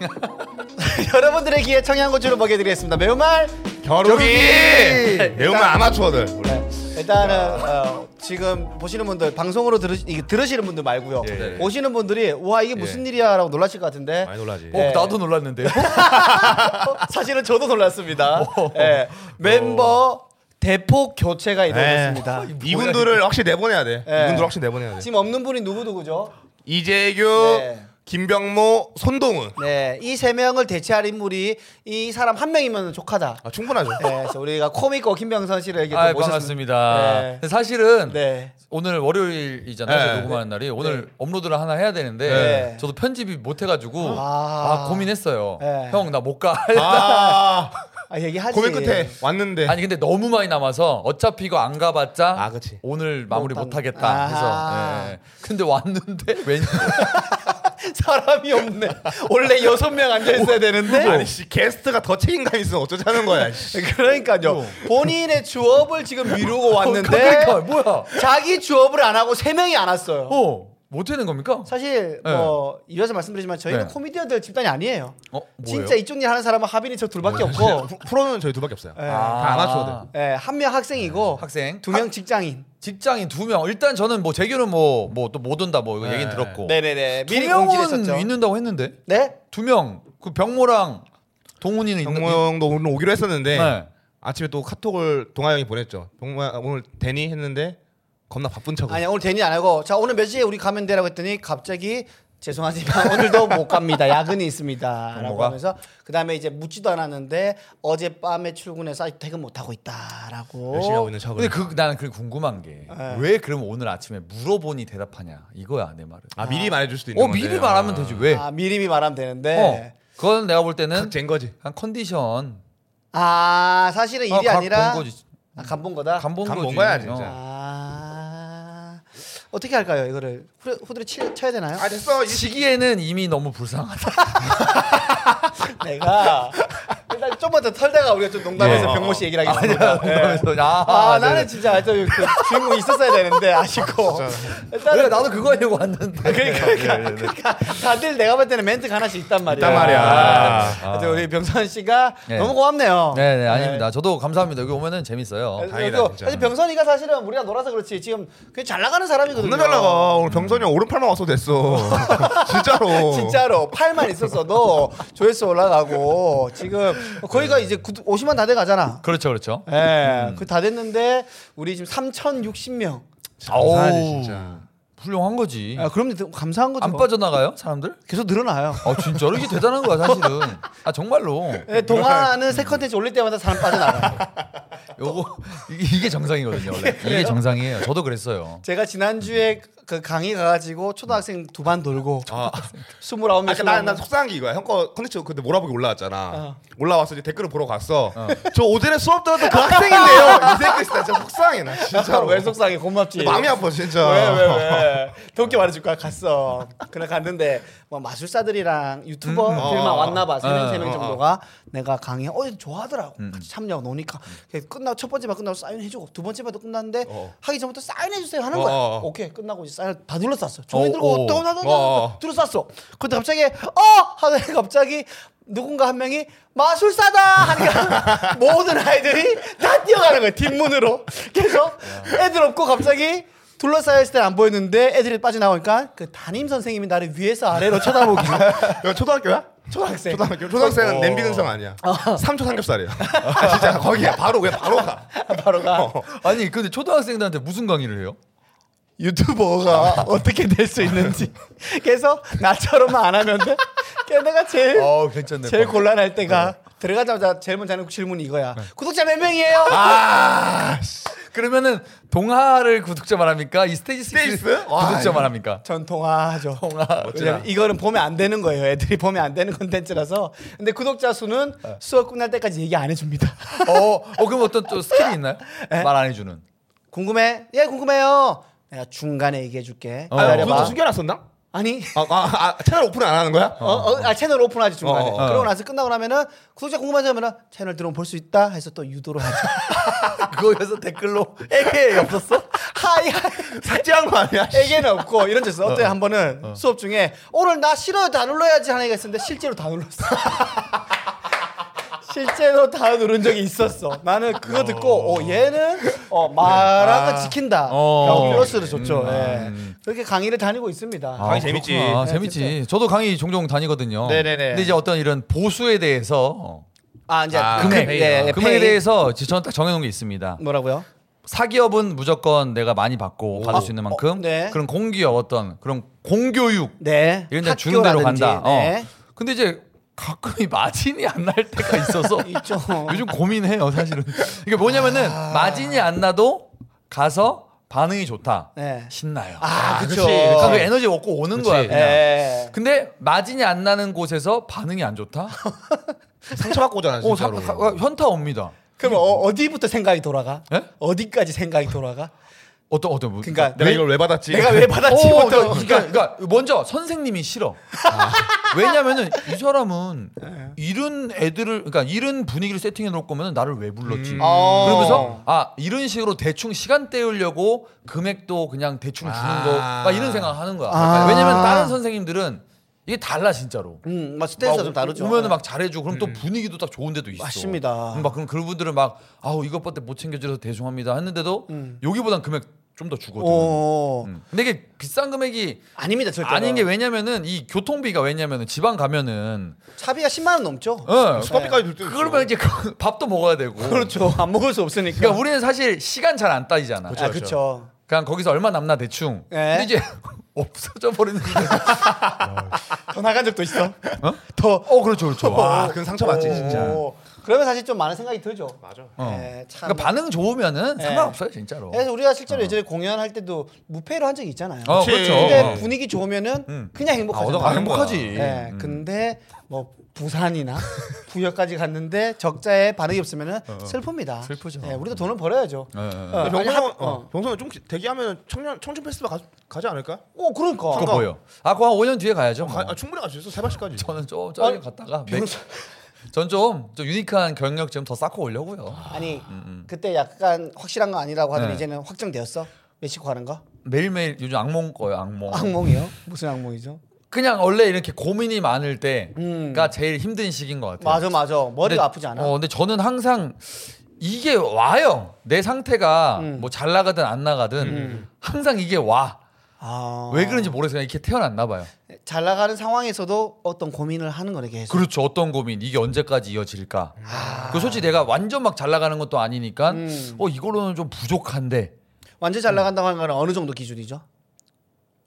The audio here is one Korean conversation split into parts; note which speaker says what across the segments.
Speaker 1: 여러분들의 귀에 청양 고추를 먹여드리겠습니다. 매운말
Speaker 2: 겨루기
Speaker 1: 겨루기!
Speaker 2: 매운맛 아마추어들 우리.
Speaker 1: 네, 일단은 어, 지금 보시는 분들 방송으로 들으시, 이게 들으시는 분들 말고요.
Speaker 2: 예, 예.
Speaker 1: 오시는 분들이 와 이게 무슨 일이야라고 놀라실 것 같은데
Speaker 2: 많이 어, 놀라지.
Speaker 1: 네.
Speaker 3: 나도 놀랐는데요.
Speaker 1: 사실은 저도 놀랐습니다. 예, 멤버 대폭 교체가
Speaker 3: 네.
Speaker 1: 이루어졌습니다.
Speaker 2: 아, 이분들을 확실히 내보내야 돼.
Speaker 1: 네.
Speaker 2: 이분들 확실히 내보내야 돼.
Speaker 1: 지금 없는 분이 누구 누구죠?
Speaker 2: 이재규,
Speaker 1: 네.
Speaker 2: 김병모, 손동훈.
Speaker 1: 네, 이 세 명을 대체할 인물이 이 사람 한 명이면 족하다.
Speaker 2: 아, 충분하죠.
Speaker 1: 네, 그래서 우리가 코믹고 김병선 씨를 이렇게
Speaker 3: 아,
Speaker 1: 또
Speaker 3: 반갑습니다.
Speaker 1: 뭐 네.
Speaker 3: 근데 사실은
Speaker 1: 네.
Speaker 3: 오늘 월요일이잖아요.
Speaker 2: 네.
Speaker 3: 저희 녹음하는 날이 오늘 업로드를 하나 해야 되는데
Speaker 2: 네.
Speaker 3: 저도 편집이 못 해가지고
Speaker 1: 아.
Speaker 3: 아, 고민했어요.
Speaker 1: 네.
Speaker 3: 형 나 못 가.
Speaker 2: 아,
Speaker 1: 아, 얘기하지.
Speaker 2: 고민 끝에 왔는데.
Speaker 3: 아니 근데 너무 많이 남아서 어차피 이거 안 가봤자
Speaker 2: 네. 아, 그치.
Speaker 3: 오늘 마무리
Speaker 1: 못
Speaker 3: 못,
Speaker 1: 한-
Speaker 3: 하겠다
Speaker 1: 아하.
Speaker 3: 해서 네. 근데 왔는데 왠지
Speaker 1: 사람이 없네. 원래 여섯 명 앉아 있어야 되는데.
Speaker 2: 아니 씨 게스트가 더 책임감 있으면 어쩌자는 거야. 씨.
Speaker 1: 그러니까요. 본인의 주업을 지금 미루고 왔는데
Speaker 3: 어. 그러니까 뭐야?
Speaker 1: 자기 주업을 안 하고 세 명이 안 왔어요.
Speaker 3: 어, 못 되는 겁니까?
Speaker 1: 사실
Speaker 3: 네.
Speaker 1: 뭐 이래서 말씀드리지만 저희는
Speaker 3: 네.
Speaker 1: 코미디언들 집단이 아니에요.
Speaker 3: 어, 뭐예요?
Speaker 1: 진짜 이쪽 일 하는 사람은 하빈이 저 둘밖에 없고
Speaker 2: 그 프- 프로는 저희 두밖에 없어요.
Speaker 1: 어. 예.
Speaker 2: 다 아마추어들.
Speaker 1: 예, 한 명 학생이고
Speaker 3: 학생
Speaker 1: 두 명 직장인.
Speaker 3: 직장인 두 명. 일단 저는 뭐 재규는 뭐 뭐 또 못 온다 뭐 이거
Speaker 2: 네.
Speaker 3: 얘긴 들었고.
Speaker 1: 네네네.
Speaker 3: 두
Speaker 1: 미리 공지를 했었죠.
Speaker 3: 명은 있는다고 했는데
Speaker 1: 네?
Speaker 3: 두 명. 그 병모랑 동훈이는 있는.
Speaker 2: 병모 형도 오늘 오기로 했었는데
Speaker 3: 네.
Speaker 2: 아침에 또 카톡을 동아 형이 보냈죠. 병모 형, 오늘 대니 했는데 겁나 바쁜 척.
Speaker 1: 아니 오늘 대니 안 하고 자 오늘 몇 시에 우리 가면 돼라고 했더니 갑자기 죄송하지만 오늘도 못 갑니다. 야근이 있습니다라고
Speaker 3: 뭐가?
Speaker 1: 하면서 그다음에 이제 묻지도 않았는데 어젯밤에 출근해서 아직 퇴근 못 하고 있다라고.
Speaker 2: 열심히 하고 있는 척을.
Speaker 3: 근데 그 나는 그 궁금한 게
Speaker 1: 네.
Speaker 3: 왜 그럼 오늘 아침에 물어보니 대답하냐 이거야 내 말은.
Speaker 2: 아 미리 말해줄 수도 있는
Speaker 3: 어
Speaker 2: 건데.
Speaker 3: 미리 말하면 되지 왜?
Speaker 1: 아, 네. 미리미 말하면 되는데.
Speaker 3: 어 그건 내가 볼 때는
Speaker 2: 쟁 거지.
Speaker 3: 한 컨디션
Speaker 1: 아 사실은 일이
Speaker 3: 어, 간-
Speaker 1: 아니라
Speaker 3: 본 거지.
Speaker 1: 아, 간본 거다.
Speaker 3: 간본
Speaker 2: 간본
Speaker 3: 거지.
Speaker 2: 거야, 진짜.
Speaker 1: 아 어떻게 할까요 이거를 후드, 후드를 치, 쳐야 되나요?
Speaker 2: 아 됐어. 이-
Speaker 3: 시기에는 이미 너무 불쌍하다.
Speaker 1: 내가 일단 좀만 더 털다가 우리가 좀 농담해서
Speaker 2: 예.
Speaker 1: 병모 씨 얘기를 하겠습니다. 예.
Speaker 3: 농담해서. 아,
Speaker 1: 아,
Speaker 3: 네.
Speaker 1: 나는 진짜 하여튼 그 주인공이 있었어야 되는데 아쉽고
Speaker 2: 그렇죠.
Speaker 3: 그래
Speaker 1: 일단은
Speaker 3: 나도 그거 하려고 왔는데.
Speaker 1: 그러니까, 그러니까, 그러니까 다들 내가 볼 때는 멘트가 하나씩 있단 그 말이야.
Speaker 2: 네, 있단 말이야.
Speaker 1: 아, 하여튼 우리 병선 씨가
Speaker 3: 네.
Speaker 1: 너무 고맙네요. 네.
Speaker 3: 네네 아닙니다. 저도 감사합니다. 여기 오면은 재밌어요.
Speaker 1: 그래서
Speaker 2: 다행이다,
Speaker 1: 또
Speaker 2: 진짜.
Speaker 1: 사실 병선이가 사실은 우리가 놀아서 그렇지 지금 그냥 잘 나가는 사람이거든요.
Speaker 2: 겁나 잘 나가. 오늘 병선이 형 오른팔만 왔어도 됐어. 진짜로.
Speaker 1: 진짜로 팔만 있었어도 조회수 올라가고 지금 뭐 거기가 이제 50만 다 돼 가잖아.
Speaker 3: 그렇죠 그렇죠.
Speaker 1: 예,
Speaker 2: 음.
Speaker 1: 그다 됐는데 우리 지금 3,060명.
Speaker 2: 감사하지,
Speaker 3: 아우,
Speaker 2: 진짜.
Speaker 3: 훌륭한 거지.
Speaker 2: 예.
Speaker 1: 아, 그럼 이제 감사한 거죠.
Speaker 3: 안 빠져나가요 사람들?
Speaker 1: 계속 늘어나요.
Speaker 3: 아 진짜로 이게 대단한 거야 사실은. 아 정말로.
Speaker 1: 예, 동화는 새 컨텐츠 올릴 때마다 사람 빠져나가요.
Speaker 3: 요거 이게 이게 정상이거든요 원래. 이게 정상이에요. 저도 그랬어요.
Speaker 1: 제가 지난주에 그 강의 가가지고 초등학생 두 반 돌고
Speaker 2: 아,
Speaker 1: 스물아홉 명.
Speaker 2: 아까 그러니까 난, 난 속상한 게 이거야. 형거 컨텐츠 근데 몰아보기 올라왔잖아. 올라와서 이제 댓글을 보러 갔어. 저 오전에 수업 들었던 그 학생인데요. 이 새끼 진짜 진짜 속상해 나 진짜로.
Speaker 1: 왜 속상해? 고맙지.
Speaker 2: 마음이 아파 진짜.
Speaker 1: 왜왜 왜? 덥게 말해줄 거야. 갔어. 그날 갔는데 뭐 마술사들이랑 유튜버들만
Speaker 2: 음.
Speaker 1: 왔나 봐.
Speaker 3: 어,
Speaker 1: 세명세 명
Speaker 2: 어, 음. 어.
Speaker 1: 정도가 내가 강의 어 좋아하더라고. 같이 참여하고 노니까. 그래서 끝나고 첫 번째 반 끝나고 사인 해주고 두 번째 반도 끝났는데
Speaker 2: 어.
Speaker 1: 하기 전부터 사인 해주세요 하는
Speaker 2: 어,
Speaker 1: 거야.
Speaker 2: 어.
Speaker 1: 오케이 끝나고 이제 사인 다 둘러쌌어. 종이
Speaker 3: 어,
Speaker 1: 들고
Speaker 3: 어.
Speaker 2: 어,
Speaker 1: 또나나나
Speaker 2: 어.
Speaker 1: 둘러쌌어. 그때 갑자기 어 하더니 갑자기 누군가 한 명이 마술사다 하니까 모든 아이들이 다 뛰어가는 거야 뒷문으로 그래서 애들 없고 갑자기 둘러싸여 있을 때안 보였는데 애들이 빠져나오니까 그 담임 선생님이 나를 위에서 아래로 쳐다보기
Speaker 2: 야 초등학교야?
Speaker 1: 초등학생
Speaker 2: 초등학교 초등학생은
Speaker 1: 어.
Speaker 2: 냄비 근성 아니야. 삼초 삼겹살이야. 아, 진짜 거기야 바로 그냥 바로 가. 어.
Speaker 1: 바로 가
Speaker 3: 아니 근데 초등학생들한테 무슨 강의를 해요?
Speaker 1: 유튜버가 어떻게 될 수 있는지 그래서 나처럼만 안 하면 돼 그래서 내가 제일
Speaker 3: 어 괜찮네.
Speaker 1: 제일 곤란할 때가 들어가자마자 제일 먼저 하는 질문이 이거야 구독자 몇 명이에요?
Speaker 2: 아 씨.
Speaker 3: 그러면은 동화를 구독자 말합니까? 이 스테이지
Speaker 2: 스테이스?
Speaker 3: 스테이스
Speaker 2: 와,
Speaker 3: 구독자
Speaker 2: 이거.
Speaker 3: 말합니까?
Speaker 1: 전 통화하죠.
Speaker 2: 멋지다.
Speaker 1: 왜냐면 이거는 보면 안 되는 거예요. 애들이 보면 안 되는 컨텐츠라서. 근데 구독자 수는 수업 끝날 때까지 얘기 안 해줍니다.
Speaker 3: 어, 어 그럼 어떤 또 스킬이 있나요? 말 안 해주는.
Speaker 1: 궁금해? 예, 궁금해요. 내가 중간에 얘기해줄게.
Speaker 3: 어.
Speaker 2: 아,
Speaker 1: 기다려봐.
Speaker 2: 그것도 숨겨놨었나?
Speaker 1: 아니.
Speaker 2: 아, 아, 아 채널 오픈 안 하는 거야?
Speaker 1: 어, 어, 아, 채널 오픈하지 중간에.
Speaker 2: 어, 어.
Speaker 1: 그러고 나서 끝나고 나면은 구독자 궁금하지 하면은 채널 들어오면 볼 수 있다 해서 또 유도를 하죠.
Speaker 3: 그거에서 댓글로 에헤 없었어?
Speaker 1: 하이 하이
Speaker 2: 삭제한 거 아니야? 씨.
Speaker 1: 애기는 없고 이런 짓을 어때 한 번은 수업 중에 오늘 나 싫어요 다 눌러야지 하는 애가 있었는데 실제로 다 눌렀어. 실제로 다 누른 적이 있었어. 나는 그거 듣고 어, 얘는 어, 말하고 지킨다.
Speaker 3: 어.
Speaker 1: 라고 플러스를 줬죠.
Speaker 3: 음,
Speaker 1: 예.
Speaker 3: 음.
Speaker 1: 그렇게 강의를 다니고 있습니다.
Speaker 3: 아,
Speaker 2: 강의 재밌지.
Speaker 3: 그렇구나.
Speaker 2: 네,
Speaker 3: 재밌지. 저도 강의 종종 다니거든요.
Speaker 2: 네네네.
Speaker 3: 근데 이제 어떤 이런 보수에 대해서 어,
Speaker 1: 아 이제
Speaker 2: 아,
Speaker 1: 금액,
Speaker 2: 페이.
Speaker 1: 예, 예,
Speaker 3: 금액에
Speaker 1: 페이.
Speaker 3: 대해서 지- 저는 딱 정해놓은 게 있습니다.
Speaker 1: 뭐라고요?
Speaker 3: 사기업은 무조건 내가 많이 받고 받을 수 있는 만큼
Speaker 1: 어, 네.
Speaker 3: 그런 공기업 어떤 그런 공교육
Speaker 1: 네.
Speaker 3: 이런 데 주는 대로
Speaker 1: 학교라든지,
Speaker 3: 간다. 어.
Speaker 1: 네.
Speaker 3: 근데 이제 가끔 이 마진이 안 날 때가 있어서
Speaker 1: 있죠.
Speaker 3: 요즘 고민해요 사실은. 이게 뭐냐면은
Speaker 1: 아.
Speaker 3: 마진이 안 나도 가서 반응이 좋다.
Speaker 1: 네.
Speaker 3: 신나요.
Speaker 1: 아, 그쵸.
Speaker 2: 그치, 그치.
Speaker 3: 그러니까 그 에너지 얻고 오는
Speaker 2: 그치.
Speaker 3: 거야
Speaker 1: 예.
Speaker 3: 그냥. 네. 근데 마진이 안 나는 곳에서 반응이 안 좋다?
Speaker 2: 상처받고 오잖아
Speaker 3: 어, 사,
Speaker 2: 진짜로.
Speaker 3: 가- 가- 현타 옵니다.
Speaker 1: 그럼 어, 디부터 생각이 돌아가?
Speaker 3: 예?
Speaker 1: 어디까지 생각이 돌아가?
Speaker 3: 어떤 어떤 분?
Speaker 1: 그러니까
Speaker 2: 내가 이걸 왜 받았지?
Speaker 1: 내가 왜 받았지
Speaker 3: 어,
Speaker 1: 못하고
Speaker 3: 그러니까, 그러니까, 그러니까 먼저 선생님이 싫어.
Speaker 1: 아.
Speaker 3: 왜냐면은 이 사람은
Speaker 1: 네.
Speaker 3: 이런 애들을 그러니까 이런 분위기를 세팅해 놓을 거면 나를 왜 불렀지?
Speaker 2: 음.
Speaker 1: 어.
Speaker 3: 그러면서 아 이런 식으로 대충 시간 때우려고 금액도 그냥 대충 주는
Speaker 2: 아.
Speaker 3: 거 막 이런 생각하는 거야.
Speaker 1: 아.
Speaker 3: 왜냐면 다른 선생님들은 이게 달라 진짜로.
Speaker 1: 음, 막 스탠스가
Speaker 3: 막
Speaker 1: 좀 다르죠. 네. 음.
Speaker 3: 오면은 막 잘해주고 그럼 또 분위기도 딱 좋은 데도 있어.
Speaker 1: 맞습니다.
Speaker 3: 그럼 막 그럼 그분들은 막 아우 이것밖에 못 챙겨줘서 죄송합니다 했는데도
Speaker 1: 음.
Speaker 3: 여기보단 금액 좀 더 주거든.
Speaker 1: 오,
Speaker 3: 음. 근데 이게 비싼 금액이
Speaker 1: 어. 아닙니다 절대.
Speaker 3: 아닌 게 왜냐면은 이 교통비가 왜냐면은 지방 가면은
Speaker 1: 차비가 10만 원 넘죠.
Speaker 3: 어,
Speaker 2: 수업비까지 들때
Speaker 3: 그러면 이제 그 밥도 먹어야 되고.
Speaker 1: 그 그렇죠. 안 먹을 수 없으니까.
Speaker 3: 그러니까 우리는 사실 시간 잘 안 따지잖아.
Speaker 1: 아, 그렇죠.
Speaker 3: 그냥 거기서 얼마 남나 대충.
Speaker 1: 네.
Speaker 3: 근데 이제 없어져 버리는 거죠.
Speaker 1: 더 나간 적도 있어. 더
Speaker 3: 그렇죠. 어, 그렇죠, 그렇죠.
Speaker 2: 와, 그건 상처받지 진짜.
Speaker 1: 오, 그러면 사실 좀 많은 생각이 들죠.
Speaker 2: 맞아.
Speaker 3: 어.
Speaker 1: 예, 참.
Speaker 3: 그러니까 반응 좋으면은
Speaker 1: 네.
Speaker 3: 상관없어요, 진짜로.
Speaker 1: 그래서 우리가 실제로 예전에 공연할 때도 무패로 한 적이 있잖아요.
Speaker 3: 어,
Speaker 2: 그치.
Speaker 3: 그렇죠.
Speaker 1: 근데
Speaker 3: 어.
Speaker 1: 분위기 좋으면은
Speaker 3: 음.
Speaker 1: 그냥
Speaker 3: 아,
Speaker 1: 행복하죠.
Speaker 3: 얻어가- 아, 행복하지.
Speaker 2: 네.
Speaker 1: 예,
Speaker 3: 음.
Speaker 1: 근데 뭐 부산이나 부여까지 갔는데 적자에 반응이 없으면은 슬픕니다.
Speaker 3: 어, 슬프죠.
Speaker 1: 예, 우리도 돈을 벌어야죠.
Speaker 3: 예, 예.
Speaker 1: 어, 아니,
Speaker 2: 병성은
Speaker 1: 하-
Speaker 2: 어.
Speaker 1: 어.
Speaker 2: 병성은 좀 대기하면 청년 청춘 페스티벌 가, 가지 않을까?
Speaker 1: 어, 그러니까.
Speaker 3: 그거 뭐예요? 아, 그거 한 5년 뒤에 가야죠. 뭐.
Speaker 2: 가, 아, 충분히 갈 수 있어 세 번씩까지.
Speaker 3: 저는 좀 짧게
Speaker 1: 아니,
Speaker 3: 갔다가 전좀 좀 유니크한 경력 좀 더 쌓고 오려고요.
Speaker 1: 아니 그때 약간 확실한 거 아니라고 하더니
Speaker 3: 음, 네.
Speaker 1: 이제는 확정되었어 멕시코 가는 거
Speaker 3: 매일매일 요즘 악몽 거예요, 악몽.
Speaker 1: 악몽이요 무슨 악몽이죠
Speaker 3: 네. 그냥 원래 이렇게 고민이 많을 때가
Speaker 1: 음.
Speaker 3: 제일 힘든 시기인 것 같아요.
Speaker 1: 맞아 맞아 머리가 아프지 않아
Speaker 3: 어, 근데 저는 항상 이게 와요. 내 상태가
Speaker 1: 음.
Speaker 3: 뭐 잘 나가든 안 나가든 항상 이게 와.
Speaker 1: 아.
Speaker 3: 왜 그런지 모르겠어요. 그냥 이렇게 태어났나 봐요.
Speaker 1: 잘 나가는 상황에서도 어떤 고민을 하는 거네 계속
Speaker 3: 그렇죠. 어떤 고민 이게 언제까지 이어질까?
Speaker 1: 아.
Speaker 3: 그 솔직히 내가 완전 막 잘 나가는 것도 아니니까
Speaker 1: 음.
Speaker 3: 어 이걸로는 좀 부족한데
Speaker 1: 완전 잘 나간다고 하는 건 어느 정도 기준이죠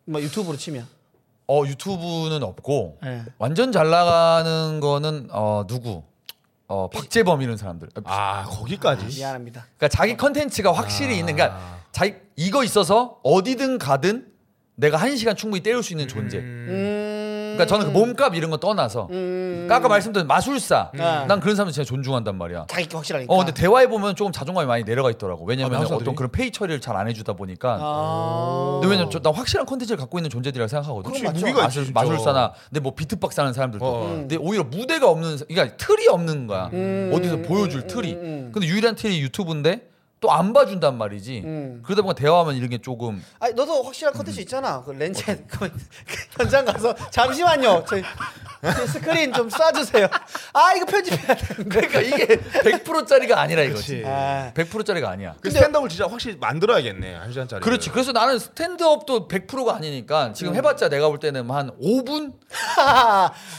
Speaker 1: 뭐 유튜브로 치면
Speaker 3: 어 유튜브는 없고
Speaker 1: 예.
Speaker 3: 완전 잘 나가는 거는 어 누구 어 박재범 이런 사람들.
Speaker 2: 아 거기까지.
Speaker 1: 미안합니다
Speaker 3: 그러니까
Speaker 2: 아.
Speaker 3: 자기 컨텐츠가 확실히 있는 그러니까 자기 이거 있어서 어디든 가든 내가 한 시간 충분히 때울 수 있는 존재.
Speaker 2: 음.
Speaker 1: 음...
Speaker 3: 그러니까 저는 그 몸값 이런 거 떠나서 그러니까 아까 말씀드린 마술사
Speaker 2: 네.
Speaker 1: 음.
Speaker 3: 난 그런 사람 진짜 존중한단 말이야.
Speaker 1: 자기 게 확실하니까
Speaker 3: 어
Speaker 2: 그러니까.
Speaker 3: 근데 대화해 보면 조금 자존감이 많이 내려가 있더라고. 왜냐면
Speaker 2: 아,
Speaker 3: 은
Speaker 2: 마술사들이?
Speaker 3: 어떤 그런 페이 처리를 잘 안 해주다 보니까.
Speaker 1: 아...
Speaker 3: 근데 왜냐면 저나 확실한 컨텐츠를 갖고 있는 존재들이라 생각하거든.
Speaker 2: 그치, 그건 맞죠. 무기가 있지, 진짜.
Speaker 3: 마술, 사나 근데 뭐 비트박스 하는 사람들도.
Speaker 2: 어.
Speaker 3: 근데 오히려 무대가 없는 사- 그러니까 틀이 없는 거야.
Speaker 2: 음.
Speaker 3: 어디서 보여줄 틀이.
Speaker 1: 음,
Speaker 3: 그- 근데 유일한 틀이 유튜브인데 또 안 봐준단 말이지.
Speaker 1: 음.
Speaker 3: 그러다 보니까 대화하면 이런 게 조금
Speaker 1: 아니 너도 확실한
Speaker 3: 음.
Speaker 1: 컨텐츠 있잖아. 그 렌즈 그 현장 가서 잠시만요. 저희 제 스크린 좀 쏴주세요. 아 이거 편집해야 되는데.
Speaker 3: 그러니까 이게 100%짜리가 아니라 이거지.
Speaker 2: 그치.
Speaker 1: 아,
Speaker 3: 100%짜리가 아니야.
Speaker 2: 그 스탠드업을 진짜 확실히 만들어야겠네 한 시간짜리.
Speaker 3: 그렇지. 그래서 나는 스탠드업도 100%가 아니니까 지금 해봤자 내가 볼 때는 한 5분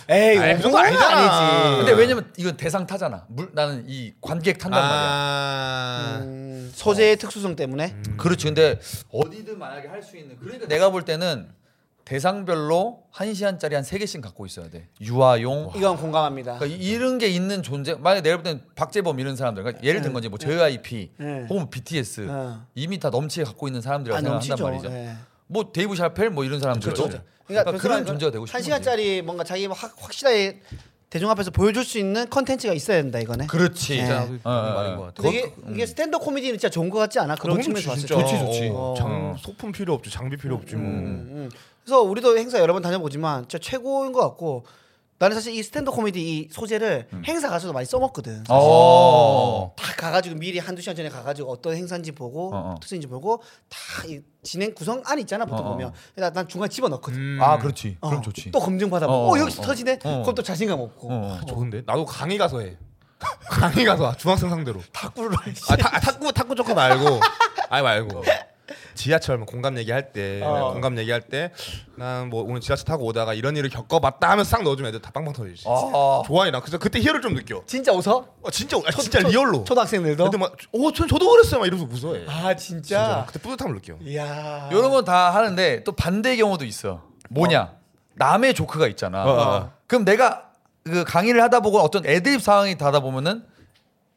Speaker 1: 에이
Speaker 2: 아니, 그 정도
Speaker 1: 오분은
Speaker 2: 아니잖아.
Speaker 1: 아니지.
Speaker 3: 근데
Speaker 2: 아.
Speaker 3: 왜냐면 이건 대상 타잖아. 물, 나는 이 관객 탄단 말이야.
Speaker 2: 아.
Speaker 1: 음,
Speaker 3: 어.
Speaker 1: 소재의 특수성 때문에.
Speaker 3: 그렇지. 근데 어디든 만약에 할 수 있는. 그러니까 내가 볼 때는 대상별로 한 시간짜리 한 세 개씩 갖고 있어야 돼. 유아용.
Speaker 1: 이건 공감합니다.
Speaker 3: 그러니까 이런 게 있는 존재. 만약에 내가 볼 때는 박재범 이런 사람들. 그러니까 예를 든 건지 뭐 JYP
Speaker 1: 네.
Speaker 3: 혹은 뭐 BTS
Speaker 1: 네.
Speaker 3: 이미 다 넘치게 갖고 있는 사람들이라고
Speaker 1: 아
Speaker 3: 생각한단
Speaker 1: 넘치죠.
Speaker 3: 말이죠.
Speaker 1: 예.
Speaker 3: 뭐 데이브 샤펠 뭐 이런 사람들.
Speaker 2: 그렇죠.
Speaker 3: 그러니까, 그런 존재가 되고 싶은
Speaker 1: 한
Speaker 3: 거지.
Speaker 1: 시간짜리 뭔가 자기 확 확실하게 대중 앞에서 보여줄 수 있는 컨텐츠가 있어야 된다 이거네.
Speaker 3: 그렇지.
Speaker 1: 예.
Speaker 3: 어, 어, 어.
Speaker 2: 말인 것 같아.
Speaker 1: 근데 이게, 이게 스탠드 코미디는 진짜 좋은 것 같지 않아? 그런 측면에서 봤을 때.
Speaker 3: 좋지, 좋지.
Speaker 2: 어,
Speaker 3: 어.
Speaker 2: 장 소품 필요 없지
Speaker 1: 음.
Speaker 2: 장비 필요 없지 뭐.
Speaker 1: 그래서 우리도 행사 여러 번 다녀보지만 진짜 최고인 것 같고 나는 사실 이 스탠드 코미디 이 소재를
Speaker 3: 음.
Speaker 1: 행사 가서도 많이 써먹거든.
Speaker 3: 어.
Speaker 1: 다 가가지고 미리 한두 시간 전에 가가지고 어떤 행사인지 보고
Speaker 3: 어, 어.
Speaker 1: 특수인지 보고 다 이 진행 구성 안에 있잖아 보통
Speaker 3: 어, 어.
Speaker 1: 보면 나, 난 중간에 집어넣거든
Speaker 2: 음.
Speaker 3: 아 그렇지. 그럼
Speaker 1: 어,
Speaker 3: 좋지.
Speaker 1: 또 검증 받아보고
Speaker 3: 어,
Speaker 1: 어,
Speaker 3: 어,
Speaker 1: 여기서
Speaker 3: 어.
Speaker 1: 터지네
Speaker 3: 어.
Speaker 1: 그럼 또 자신감 없고
Speaker 3: 어.
Speaker 2: 좋은데? 나도 강의 가서 해. 강의 가서 아, 중학생 상대로.
Speaker 1: 탁구를
Speaker 2: 아, 타, 아, 탁구 탁구 조커 말고. 아니 말고. 지하철 뭐 공감 얘기할 때
Speaker 1: 어.
Speaker 2: 공감 얘기할 때 난 뭐 오늘 지하철 타고 오다가 이런 일을 겪어봤다 하면 싹 넣어주면 애들 다 빵빵 터지지.
Speaker 3: 아.
Speaker 2: 좋아해 나 그래서 그때 희열을 좀 느껴.
Speaker 1: 진짜 웃어?
Speaker 2: 아, 진짜 아, 진짜 리얼로.
Speaker 1: 초등학생들도
Speaker 2: 애들 막오전 저도 그랬어요 막 이러면서 무서워해.
Speaker 1: 아
Speaker 2: 진짜
Speaker 1: 진짜, 예,
Speaker 2: 그때 뿌듯함을 느껴.
Speaker 1: 이야
Speaker 3: 이런 아. 건 다 하는데 또 반대의 경우도 있어. 뭐냐? 남의 조크가 있잖아.
Speaker 2: 어, 어.
Speaker 3: 그럼 내가 그 강의를 하다 보고 어떤 애드립 상황이 다다 보면은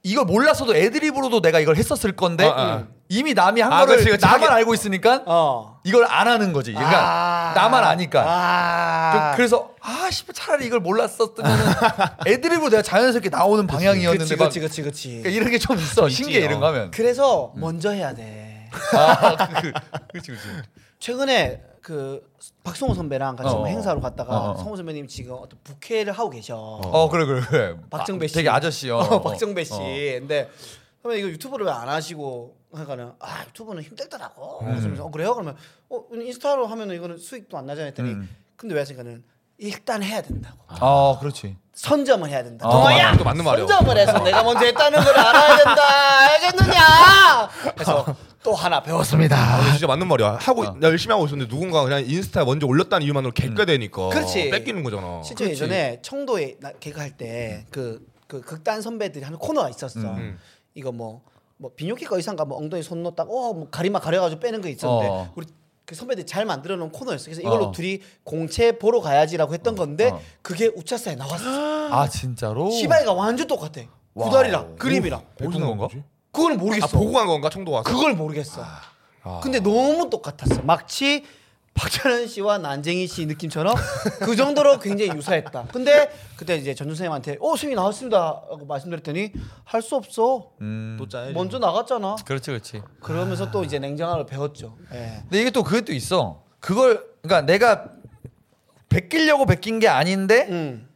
Speaker 3: 이걸 몰랐어도 애드립으로도 내가 이걸 했었을 건데
Speaker 2: 어, 어.
Speaker 3: 이미 남이 한
Speaker 2: 아,
Speaker 3: 거를
Speaker 2: 그치, 그치.
Speaker 3: 나만
Speaker 2: 하게-
Speaker 3: 알고 있으니까
Speaker 1: 어
Speaker 3: 이걸 안 하는 거지. 그러니까
Speaker 1: 아.
Speaker 3: 나만 아니까.
Speaker 1: 아.
Speaker 3: 그, 래서 아씨 차라리 이걸 몰랐었으면 애드립으로 내가 자연스럽게 나오는 방향이었는데
Speaker 1: 그치
Speaker 3: 막
Speaker 1: 그치 그치 그치
Speaker 3: 그러니까 이런 음. 게 좀 있어. 신기해 이런 거 하면.
Speaker 1: 그래서 먼저 해야 돼
Speaker 3: 아, 그, 그, 그치 그치.
Speaker 1: 최근에 그 박성호 선배랑 같이
Speaker 3: 어.
Speaker 1: 뭐 행사로 갔다가
Speaker 3: 어, 어.
Speaker 1: 성호 선배님 지금 어떤 부캐를 하고 계셔
Speaker 3: 어 그래 그래 그래.
Speaker 1: 박정배
Speaker 3: 아,
Speaker 1: 씨.
Speaker 3: 되게 아저씨요.
Speaker 1: 어, 박정배 씨. 근데 그러면 이거 유튜브를 왜 안 하시고 하니까는 아 유튜브는 힘들더라고. 그러면서 어, 그래요? 그러면 어 인스타로 하면은 이거는 수익도 안 나잖아 했더니
Speaker 3: 음.
Speaker 1: 근데 왜 하니까는 일단 해야 된다고.
Speaker 3: 아 그렇지.
Speaker 1: 선점을 해야 된다.
Speaker 3: 아,
Speaker 1: 동아야
Speaker 2: 또 맞는 말이야.
Speaker 1: 선점을 해서 내가 먼저 했다는 걸 알아야 된다. 알겠느냐? 그래서 또 하나 배웠습니다.
Speaker 2: 아, 근데 진짜 맞는 말이야. 하고 나 열심히 하고 있었는데 누군가 그냥 인스타 먼저 올렸다는 이유만으로 개가 되니까
Speaker 1: 그렇지.
Speaker 2: 뺏기는
Speaker 3: 어,
Speaker 2: 거잖아.
Speaker 1: 실제 로 예전에 청도에 나 개그할 때 그 그 극단 선배들이 하는 코너가 있었어.
Speaker 2: 음.
Speaker 1: 이거 뭐, 뭐 비뇨기과 의사인가 뭐 엉덩이 손 넣었다가 어, 뭐 가리마 가려가지고 빼는 거 있었는데
Speaker 3: 어.
Speaker 1: 우리 그 선배들이 잘 만들어 놓은 코너였어. 그래서 이걸로
Speaker 3: 어.
Speaker 1: 둘이 공채 보러 가야지라고 했던 건데
Speaker 3: 어.
Speaker 1: 그게 우차사에 나왔어.
Speaker 3: 아 진짜로?
Speaker 1: 시바이가 완전 똑같아.
Speaker 3: 와우.
Speaker 1: 구달이랑 그림이랑.
Speaker 3: 보신 건가?
Speaker 1: 그거는
Speaker 2: 아
Speaker 1: 모르겠어.
Speaker 2: 보고 간 건가 청도 와서.
Speaker 1: 그걸 모르겠어.
Speaker 3: 아,
Speaker 1: 근데 너무 똑같았어. 마치 박찬현 씨와 난쟁이 씨 느낌처럼 그 정도로 굉장히 유사했다. 근데 그때 이제 전준 선생님한테 어 선생님 나왔습니다 하고 말씀드렸더니 할 수 없어.
Speaker 3: 음,
Speaker 2: 또 짜야지.
Speaker 1: 먼저 나갔잖아.
Speaker 3: 그렇지 그렇지.
Speaker 1: 그러면서 또 이제 냉정함을 배웠죠. 예.
Speaker 3: 근데 이게 또 그것도 있어. 그걸 그러니까 내가 베끼려고 베낀 게 아닌데
Speaker 1: 음.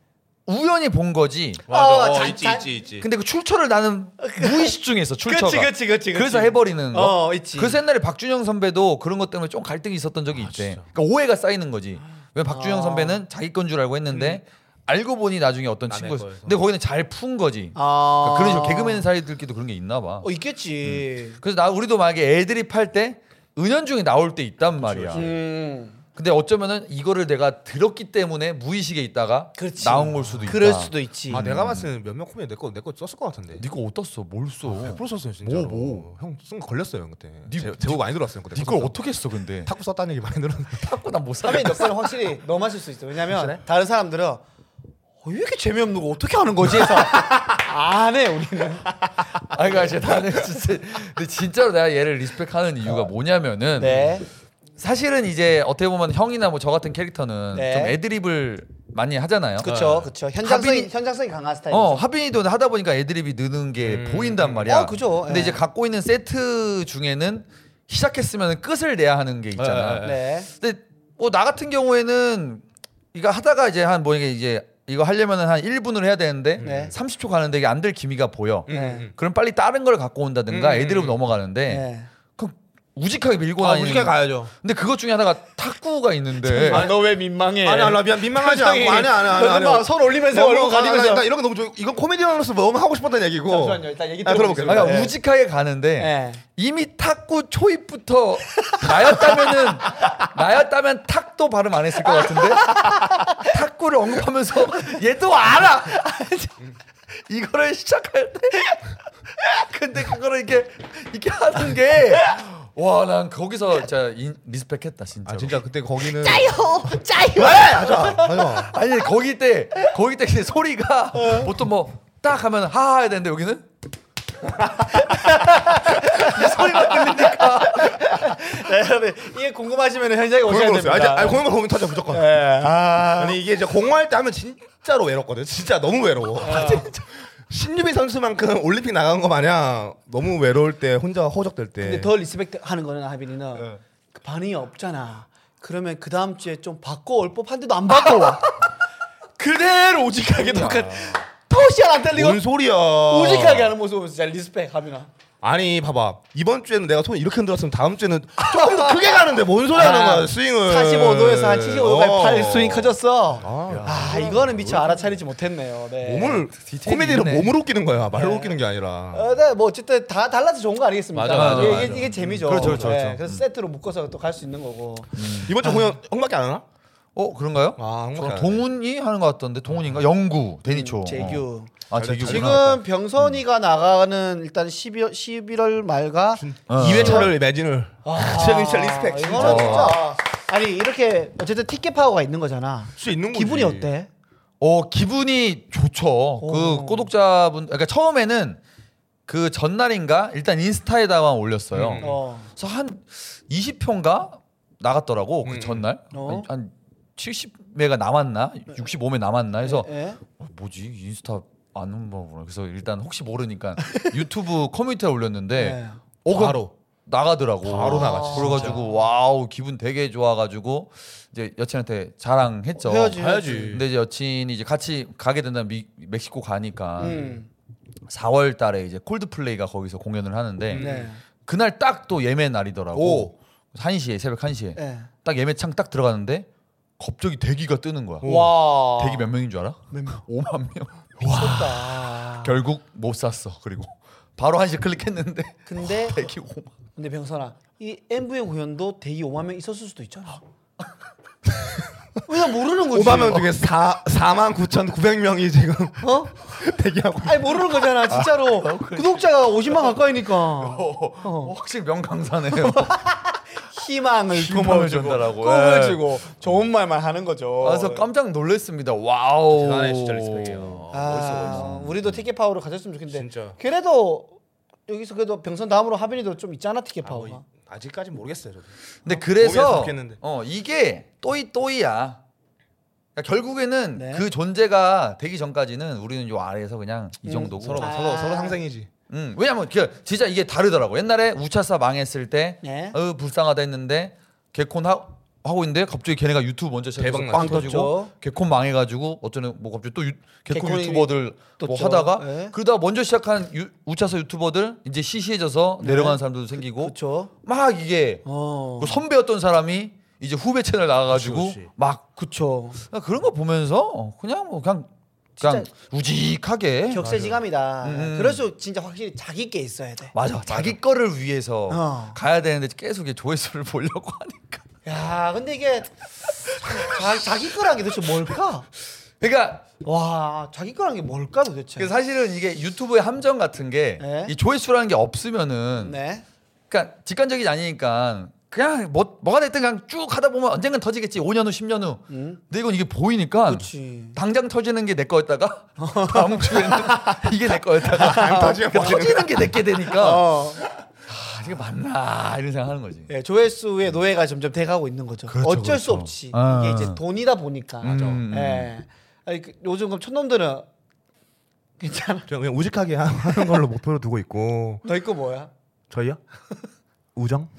Speaker 3: 우연히 본 거지.
Speaker 1: 어,
Speaker 2: 맞아. 어,
Speaker 1: 잔-
Speaker 2: 있지
Speaker 1: 잔-
Speaker 2: 있지 있지.
Speaker 3: 근데 그 출처를 나는 무의식 중에 있어 출처가.
Speaker 1: 그치, 그치, 그치,
Speaker 3: 래서
Speaker 1: 그치.
Speaker 3: 해버리는 거.
Speaker 1: 어, 있지.
Speaker 3: 그래서 옛날에 박준영 선배도 그런 것 때문에 좀 갈등이 있었던 적이 있대.
Speaker 2: 진짜?
Speaker 3: 그러니까 오해가 쌓이는 거지. 왜 박준영
Speaker 1: 아. 음.
Speaker 3: 선배는 자기 건 줄 알고 했는데 알고 보니 나중에 어떤
Speaker 2: 남의
Speaker 3: 친구.
Speaker 2: 거에서.
Speaker 3: 근데 거기는 잘 푼 거지.
Speaker 1: 아.
Speaker 3: 그러니까 그런 식으로 개그맨 사이들끼리도 그런 게 있나 봐.
Speaker 1: 어 있겠지.
Speaker 3: 그래서 나 우리도 만약에 애드립 할 때 은연중에 나올 때 있단 말이야.
Speaker 1: 음.
Speaker 3: 근데 어쩌면은 이거를 내가 들었기 때문에 무의식에 있다가
Speaker 1: 그렇지.
Speaker 3: 나온 걸 수도 있다. 네.
Speaker 1: 그럴 수도 있지.
Speaker 2: 아 내가 봤을 때는 몇몇 코미디 내거 내 거 썼을 것 같은데.
Speaker 3: 네가 어떻어? 뭘 써?
Speaker 2: 100% 썼어요 진짜로.
Speaker 3: 뭐,
Speaker 2: 형쓴거 걸렸어요 그때.
Speaker 3: 니-
Speaker 2: 제, 제보 많이 들어왔어요 그때.
Speaker 3: 네걸 어떻게 써 근데?
Speaker 2: 탁구 썼다는 얘기 많이 들었는데.
Speaker 3: 탁구 난못 사.
Speaker 1: 선배님 넉살은 확실히 너무 하실 수 있어. 왜냐면
Speaker 2: 그렇죠.
Speaker 1: 다른 사람들은 어, 왜 이렇게 재미없는 거 어떻게 하는 거지 해서 안 해 우리는.
Speaker 3: 아 그러니까 진짜 나는 진짜 근데 진짜로 내가 얘를 리스펙하는 이유가 뭐냐면은
Speaker 1: 어. 네.
Speaker 3: 사실은 이제 어떻게 보면 형이나 뭐 저 같은 캐릭터는
Speaker 1: 네.
Speaker 3: 좀 애드립을 많이 하잖아요.
Speaker 2: 어.
Speaker 1: 그렇죠. 그렇죠. 현장성이
Speaker 3: 하빈이-
Speaker 1: 현장성이 강한 스타일이죠.
Speaker 3: 어 하빈이도 하다 보니까 애드립이 느는 게 보인단 말이야.
Speaker 1: 아, 그죠.
Speaker 3: 근데
Speaker 1: 예.
Speaker 3: 이제 갖고 있는 세트 중에는 시작했으면 끝을 내야 하는 게 있잖아.
Speaker 2: 예, 예,
Speaker 1: 네.
Speaker 3: 근데 뭐 나 같은 경우에는 이거 하다가 이제 한 뭐 이게 이제 이거 하려면은 한 1분을 해야 되는데
Speaker 1: 네.
Speaker 3: 30초 가는데 이게 안 될 기미가 보여.
Speaker 1: 네.
Speaker 3: 그럼 빨리 다른 걸 갖고 온다든가
Speaker 2: 음,
Speaker 3: 애드립
Speaker 2: 음.
Speaker 3: 넘어가는데
Speaker 1: 네.
Speaker 3: 그럼 우직하게 밀고
Speaker 2: 아
Speaker 3: 다니는
Speaker 2: 우리 가야죠.
Speaker 3: 근데 그것 중에 하나가 탁구가 있는데
Speaker 1: 아 너 왜 민망해?
Speaker 2: 아니 아니 나 미안 민망하지 않고 아니 아니 아니. 아니.
Speaker 1: 막손 올리면서 얼굴 가리면서.
Speaker 2: 나 이런 거 너무 좋아. 이건 코미디언으로서 너무 하고 싶었던 얘기고.
Speaker 1: 잠시만요. 일단 얘기 들어보겠습니다.
Speaker 2: 아, 들어볼게요.
Speaker 3: 아까
Speaker 1: 네.
Speaker 3: 그러니까 우직하게 가는데
Speaker 1: 네.
Speaker 3: 이미 탁구 초입부터 나였다면은 나였다면 탁도 발음 안 했을 것 같은데 탁구를 언급하면서 얘도 알아 이거를 시작할 때 근데 그거를 이렇게 이렇게 하는 게 와 난 거기서 진짜 인- 리스펙했다 진짜
Speaker 2: 아 진짜 그때 거기는
Speaker 1: 짜요, 짜요.
Speaker 2: 하자 하자.
Speaker 3: 아니 거기 때 거기 때 이제 소리가 보통 뭐 딱 하면 하하 해야 되는데 여기는 이 소리만 들리니까
Speaker 1: 네, 여러분 이게 궁금하시면 현장에 오셔야
Speaker 2: 공연 걸었어요.
Speaker 1: 됩니다.
Speaker 2: 아니, 아니 공연 걸 보면 터져 무조건.
Speaker 1: 예. 아.
Speaker 2: 아니 이게 이제 공허할 때 하면 진짜로 외롭거든. 진짜 너무 외로워.
Speaker 1: 아.
Speaker 2: 진짜. 신유빈 선수만큼 올림픽 나간 거 마냥 너무 외로울 때 혼자 허적될 때.
Speaker 1: 근데 더 리스펙트 하는 거는 하빈이는
Speaker 2: 예.
Speaker 1: 그 반응이 없잖아. 그러면 그 다음 주에 좀 바꿔 올 법한데도 안 바꿔 와. 그대로 오직하게 똑같. 토시안 안 떨리고
Speaker 2: 아. 뭔 소리야?
Speaker 1: 오직하게 하는 모습 보면서 진짜 리스펙 하민아.
Speaker 2: 아니 봐봐 이번 주에는 내가 손 이렇게 흔들었으면 다음 주에는 조금 더 크게 가는데 뭔 소리 하는 거야 스윙을
Speaker 1: 아, 45도에서 한 75도까지
Speaker 2: 어.
Speaker 1: 팔 스윙 커졌어.
Speaker 2: 야.
Speaker 1: 아, 이거는 미처 알아차리지 못했네요. 네.
Speaker 2: 몸을
Speaker 3: 디테일이
Speaker 2: 코미디는
Speaker 3: 있네.
Speaker 2: 몸으로 웃기는 거야 말로 웃기는 게 아니라
Speaker 1: 어, 네, 뭐 어쨌든 다 달라서 좋은 거 아니겠습니까?
Speaker 3: 맞아, 맞아,
Speaker 1: 이게,
Speaker 3: 맞아.
Speaker 1: 이게, 이게 재미죠.
Speaker 3: 그렇죠, 그렇죠,
Speaker 1: 네,
Speaker 3: 그렇죠.
Speaker 1: 그래서 세트로 묶어서 또 갈 수 있는 거고.
Speaker 2: 이번
Speaker 1: 아.
Speaker 2: 주 공연 형밖에 안 하나?
Speaker 3: 어 그런가요?
Speaker 2: 아, 한국
Speaker 3: 저는
Speaker 2: 가야 돼.
Speaker 3: 동훈이 하는 것 같던데
Speaker 2: 아.
Speaker 3: 동훈인가? 영구 데니초.
Speaker 1: 음, 재규.
Speaker 3: 어. 아 재규.
Speaker 1: 지금 병선이가 나가는 일단 12월, 11월 말과
Speaker 3: 어.
Speaker 2: 2회차를 매진을 진짜 진짜 리스펙
Speaker 1: 아. 이
Speaker 2: 진짜
Speaker 1: 거 진짜. 아니 이렇게 어쨌든 티켓 파워가 있는 거잖아.
Speaker 2: 할수 있는 거지
Speaker 1: 기분이 어때?
Speaker 3: 어 기분이 좋죠.
Speaker 1: 오.
Speaker 3: 그 구독자분 그러니까 처음에는 그 전날인가 일단 인스타에다만 올렸어요.
Speaker 2: 음.
Speaker 1: 어.
Speaker 3: 그래서 한 20편가 나갔더라고 그
Speaker 2: 음.
Speaker 3: 전날
Speaker 1: 어.
Speaker 3: 한, 한 70매가 남았나 65매 남았나 해서
Speaker 1: 예?
Speaker 3: 어, 뭐지 인스타 안 올라오나 그래서 일단 혹시 모르니까 유튜브 커뮤니티에 올렸는데
Speaker 1: 네.
Speaker 3: 어, 그
Speaker 2: 바로.
Speaker 3: 나가더라고
Speaker 2: 바로 나갔지,
Speaker 3: 그래가지고 와우 기분 되게 좋아가지고 이제 여친한테 자랑했죠
Speaker 1: 해야지,
Speaker 2: 해야지.
Speaker 3: 근데 이제 여친이 이제 같이 가게 된다면 미- 멕시코 가니까
Speaker 1: 음.
Speaker 3: 4월 달에 이제 콜드플레이가 거기서 공연을 하는데
Speaker 1: 네.
Speaker 3: 그날 딱 또 예매 날이더라고.
Speaker 2: 오.
Speaker 3: 1시에 새벽 1시에
Speaker 1: 예.
Speaker 3: 딱 예매창 딱 들어갔는데 갑자기 대기가 뜨는 거야.
Speaker 1: 와.
Speaker 3: 대기 몇 명인 줄 알아?
Speaker 1: 몇 명?
Speaker 3: 5만 명.
Speaker 1: 미쳤다.
Speaker 3: 결국 못 샀어. 그리고 바로 1시 클릭했는데
Speaker 1: 근데
Speaker 3: 대기 5만.
Speaker 1: 근데 병선아 이 MVN 공연도 대기 5만 명 있었을 수도 있잖아. 왜냐 모르는 거지.
Speaker 2: 5만 명 중에 4, 4만 9,900명이 지금
Speaker 1: 어?
Speaker 2: 대기하고
Speaker 1: 아니 모르는 거잖아 진짜로. 구독자가 50만 가까이니까
Speaker 3: 어, 확실히 명강사네요.
Speaker 1: 희망을,
Speaker 3: 희망을
Speaker 1: 꿈을 주고,
Speaker 3: 준다라고,
Speaker 1: 꿈을
Speaker 3: 예.
Speaker 1: 주고 좋은 말만 하는 거죠.
Speaker 3: 그래서 깜짝 놀랐습니다. 와우.
Speaker 2: 대단해, 진짜 그 리스펙이에요.
Speaker 1: 아, 우리도 티켓 파워를 가졌으면 좋겠는데.
Speaker 2: 진짜.
Speaker 1: 그래도 여기서 그래도 병선 다음으로 하빈이도 좀 있잖아 티켓 파워가.
Speaker 2: 아직까지 모르겠어요 저도.
Speaker 3: 근데
Speaker 2: 모르겠어,
Speaker 3: 그래서
Speaker 2: 좋겠는데.
Speaker 3: 어 이게 또이 또이야. 그러니까 결국에는
Speaker 1: 네.
Speaker 3: 그 존재가 되기 전까지는 우리는 요 아래에서 그냥 이 정도고
Speaker 2: 음, 서로
Speaker 1: 아.
Speaker 2: 서로 서로 상생이지.
Speaker 3: 음, 왜냐면 그 진짜 이게 다르더라고. 옛날에 우차사 망했을 때,
Speaker 1: 네.
Speaker 3: 어 불쌍하다 했는데 개콘 하, 하고 있는데 갑자기 걔네가 유튜브 먼저 시작해서
Speaker 2: 대박
Speaker 3: 빵
Speaker 2: 났죠.
Speaker 3: 터지고
Speaker 1: 떴죠.
Speaker 3: 개콘 망해가지고 어쩌는 뭐 갑자기 또 유, 개콘
Speaker 1: 개콘이
Speaker 3: 유튜버들 뭐
Speaker 1: 떴죠.
Speaker 3: 하다가
Speaker 1: 네.
Speaker 3: 그러다 먼저 시작한 유, 우차사 유튜버들 이제 시시해져서 내려가는 사람들도 생기고
Speaker 1: 네. 그렇죠.
Speaker 3: 막 이게
Speaker 1: 어.
Speaker 3: 그 선배였던 사람이 이제 후배 채널 나가가지고
Speaker 2: 그치, 그치.
Speaker 3: 막
Speaker 1: 그렇죠.
Speaker 3: 그냥 그런 거 보면서 그냥 뭐 그냥 그냥 우직하게
Speaker 1: 격세지감이다.
Speaker 3: 음.
Speaker 1: 그래서 진짜 확실히 자기 게 있어야 돼.
Speaker 3: 맞아. 자기 거를 위해서
Speaker 1: 어.
Speaker 3: 가야 되는데 계속 이게 조회수를 보려고 하니까.
Speaker 1: 야, 근데 이게 자, 자기 거란 게 도대체 뭘까?
Speaker 3: 그러니까
Speaker 1: 와, 자기 거란 게 뭘까 도대체?
Speaker 3: 그 사실은 이게 유튜브의 함정 같은 게
Speaker 1: 네.
Speaker 3: 이 조회수라는 게 없으면은
Speaker 1: 네.
Speaker 3: 그러니까 직관적이지 않으니까 그냥 뭐 뭐가 됐든 그냥 쭉 하다 보면 언젠간 터지겠지. 5년 후, 10년 후.
Speaker 1: 음.
Speaker 3: 근데 이건 이게 보이니까
Speaker 1: 그렇지.
Speaker 3: 당장 터지는 게 내 거였다가 다음 주에는 이게 내 거였다가
Speaker 2: 아, 터지면
Speaker 3: 그러니까 터지는 게 내게 되니까
Speaker 1: 어.
Speaker 3: 아, 이게 맞나 이런 생각하는 거지.
Speaker 1: 예, 조회수의 노예가 점점 돼가고 있는 거죠.
Speaker 3: 그렇죠,
Speaker 1: 어쩔 수
Speaker 3: 그렇죠.
Speaker 1: 없지.
Speaker 3: 아.
Speaker 1: 이게 이제 돈이다 보니까.
Speaker 3: 맞아. 음, 음.
Speaker 1: 예. 아니, 그, 요즘 그럼 촌놈들은 괜찮아.
Speaker 2: 저 그냥 우직하게 하는 걸로 목표로 두고 있고
Speaker 1: 너희 거 뭐야?
Speaker 2: 저희요? 우정?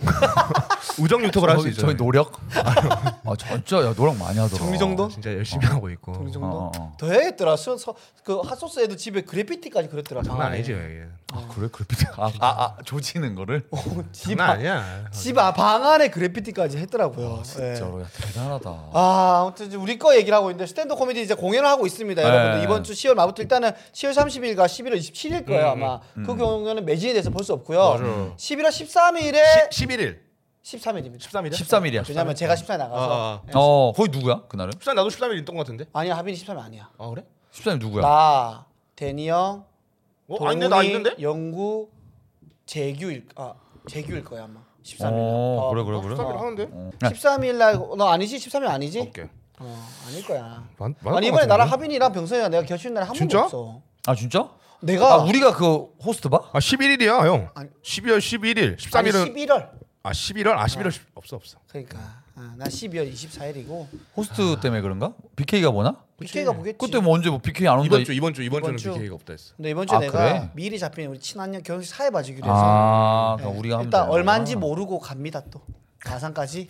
Speaker 2: 우정 유튜브를 할수
Speaker 3: 저희-
Speaker 2: 있어요.
Speaker 3: 저희 노력? 아 진짜 야 노력 많이 하더라.
Speaker 1: 정리정돈?
Speaker 2: 아, 진짜 열심히 하고 있고.
Speaker 1: 이 정도?
Speaker 3: 어, 어.
Speaker 1: 더 해야겠더라. 수, 서, 그 핫소스 애들 집에 그래피티까지 어, 그렸더라.
Speaker 2: 장난 아니죠 이게.
Speaker 3: 아 그래 그래피티 아아 아, 조지는 거를
Speaker 2: 장난 아니야.
Speaker 1: 집방 안에 그래피티까지 했더라고요. 예.
Speaker 3: 진짜로 야, 대단하다.
Speaker 1: 아, 아무튼 이제 우리 거 얘기를 하고 있는데 스탠드 코미디 이제 공연을 하고 있습니다. 여러분들
Speaker 3: 네.
Speaker 1: 이번 주 10월 말부터 일단은 10월 30일과 11월 27일 거예요 아마. 그 경우에는 매진이 돼서 볼 수 없고요.
Speaker 2: 음, 맞아.
Speaker 1: 11월 13일에
Speaker 2: 11일.
Speaker 1: 13일입니다.
Speaker 2: 13일이야?
Speaker 3: 13일이야.
Speaker 1: 왜냐면 제가 14일 나가서.
Speaker 2: 아, 아.
Speaker 1: 예.
Speaker 3: 어 거기 누구야 그날은?
Speaker 2: 13 나도 13일 있던 것 같은데.
Speaker 1: 아니야 하빈이 13일 아니야.
Speaker 2: 아 그래?
Speaker 3: 13일 누구야?
Speaker 1: 나 데니 형,
Speaker 2: 어? 아닌데 나
Speaker 1: 동훈이,
Speaker 2: 있는데?
Speaker 1: 영구, 재규일 아 재규일 거야 아마. 13일. 날.
Speaker 3: 어, 그래 그래 그래.
Speaker 2: 13일 하는데.
Speaker 1: 13일 날 어, 너 아니지? 13일 아니지?
Speaker 2: 오케이.
Speaker 1: 어 아닐 거야.
Speaker 2: 많- 많을
Speaker 1: 아니
Speaker 2: 것
Speaker 1: 이번에
Speaker 2: 같은데?
Speaker 1: 나랑 하빈이랑 병선이랑 내가 겹치는 날한 번도
Speaker 2: 진짜?
Speaker 1: 없어.
Speaker 3: 아 진짜?
Speaker 1: 내가
Speaker 3: 아 우리가 그 호스트 봐?
Speaker 2: 아 11일이야 형.
Speaker 1: 아니.
Speaker 2: 12월 11일. 13일은
Speaker 1: 11월.
Speaker 2: 아 11월 아 11월 없어 없어.
Speaker 1: 그러니까 아, 나 12월 24일이고 아.
Speaker 3: 호스트 때문에 그런가? BK가 뭐나?
Speaker 1: BK가 보겠지.
Speaker 3: 그때 뭐 언제 뭐 BK 안 온다.
Speaker 2: 이번 주 이번 주 이번
Speaker 1: 이번
Speaker 2: 주는
Speaker 1: 주.
Speaker 2: BK가 없다 했어.
Speaker 1: 근데 이번 주에
Speaker 3: 아,
Speaker 1: 내가
Speaker 3: 그래?
Speaker 1: 미리 잡힌 우리 친한 형 결혼식 사회 봐주기로 해서
Speaker 3: 아 그러니까
Speaker 1: 네.
Speaker 3: 우리가 하면
Speaker 1: 일단
Speaker 3: 되나?
Speaker 1: 얼마인지 모르고 갑니다 또. 가상까지?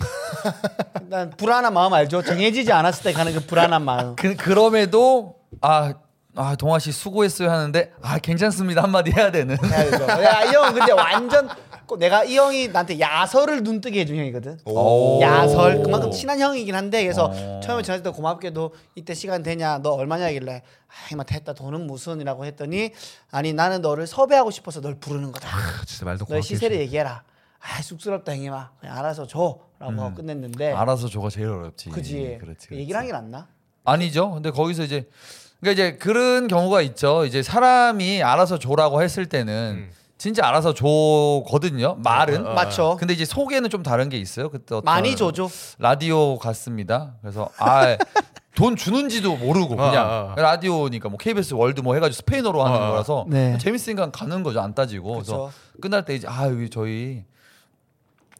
Speaker 1: 난 불안한 마음 알죠? 정해지지 않았을 때 가는 그 불안한 마음.
Speaker 3: 그, 그럼에도 아, 아 동아 씨 수고했어요 하는데 아 괜찮습니다 한마디 해야 되는.
Speaker 1: 해야 되죠. 야, 이 형은 근데 완전 꼭 내가 이 형이 나한테 야설을 눈뜨게 해준 형이거든.
Speaker 2: 오.
Speaker 1: 야설 그만큼 친한 형이긴 한데 그래서
Speaker 3: 아.
Speaker 1: 처음에 전화했을 때 고맙게도 이때 시간 되냐 너 얼마냐 하길래 아 이만 됐다 돈은 무슨이라고 했더니 아니 나는 너를 섭외하고 싶어서 널 부르는 거다.
Speaker 2: 아, 진짜 말도
Speaker 1: 너의
Speaker 2: 고맙게
Speaker 1: 시세를 얘기해라. 아 쑥스럽다 형님아 그냥 알아서 줘라고 하고 끝냈는데
Speaker 3: 음. 알아서 저가 제일 어렵지.
Speaker 1: 그지
Speaker 3: 그렇지. 그렇지.
Speaker 1: 얘기를 한 게 낫나?
Speaker 3: 아니죠. 근데 거기서 이제 그러니까 이제 그런 경우가 있죠. 이제 사람이 알아서 줘라고 했을 때는 진짜 알아서 줘거든요. 말은.
Speaker 1: 어, 맞죠.
Speaker 3: 어, 근데 이제 속에는 좀 다른 게 있어요. 그때 어떤
Speaker 1: 많이 줘줘.
Speaker 3: 라디오 갔습니다. 그래서 아 돈 주는지도 모르고 그냥
Speaker 2: 어, 어, 어.
Speaker 3: 라디오니까 뭐 KBS 월드 뭐 해가지고 스페인어로 하는
Speaker 2: 어, 어.
Speaker 3: 거라서
Speaker 1: 네.
Speaker 3: 재밌으니까 가는 거죠 안 따지고 그래서
Speaker 1: 그쵸.
Speaker 3: 끝날 때 이제 아 여기 저희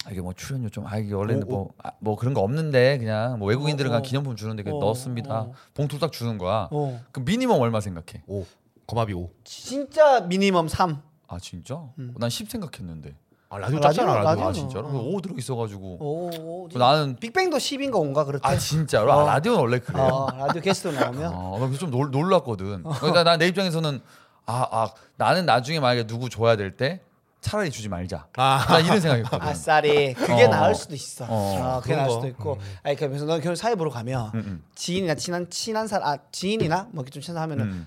Speaker 3: 아, 이게 뭐 출연료 좀 아 이게 원래는 뭐 뭐 그런 거 없는데 그냥 뭐 외국인들은
Speaker 1: 어,
Speaker 3: 그냥
Speaker 1: 어.
Speaker 3: 기념품 주는데 그냥
Speaker 1: 어,
Speaker 3: 넣었습니다
Speaker 1: 어.
Speaker 3: 봉투 딱 주는 거야
Speaker 1: 어.
Speaker 3: 그 미니멈 얼마 생각해
Speaker 2: 오 거마비 오.
Speaker 1: 진짜 미니멈 3.
Speaker 3: 아 진짜 난 10 생각했는데
Speaker 2: 아 라디오
Speaker 1: 아,
Speaker 2: 짰잖아
Speaker 1: 라디오,
Speaker 2: 라디오.
Speaker 3: 아
Speaker 1: 음. 어,
Speaker 3: 진짜로
Speaker 1: 어.
Speaker 3: 오 들어 있어가지고
Speaker 1: 오, 오,
Speaker 3: 나는
Speaker 1: 빅뱅도 10인가 온가 그렇대.
Speaker 3: 아 진짜로 아, 라디오는 원래 그래
Speaker 1: 어, 라디오 게스트로 나오면
Speaker 3: 아, 그래서 좀 놀, 놀랐거든. 그러니까 난 내 입장에서는 아, 아, 나는 나중에 만약에 누구 줘야 될 때 차라리 주지 말자.
Speaker 2: 아.
Speaker 3: 난 이런 생각이었거든.
Speaker 1: 아싸리 그게
Speaker 3: 어.
Speaker 1: 나을 수도 있어.
Speaker 3: 어,
Speaker 1: 아, 그게
Speaker 2: 그런
Speaker 1: 나을
Speaker 2: 거.
Speaker 1: 수도 있고. 아니 그러니까 그래서 너 결혼 사회 보러 가면
Speaker 3: 음,
Speaker 1: 지인이나 친한 친한 사람 아 지인이나 뭐 이렇게 좀 친한 하면은
Speaker 3: 음.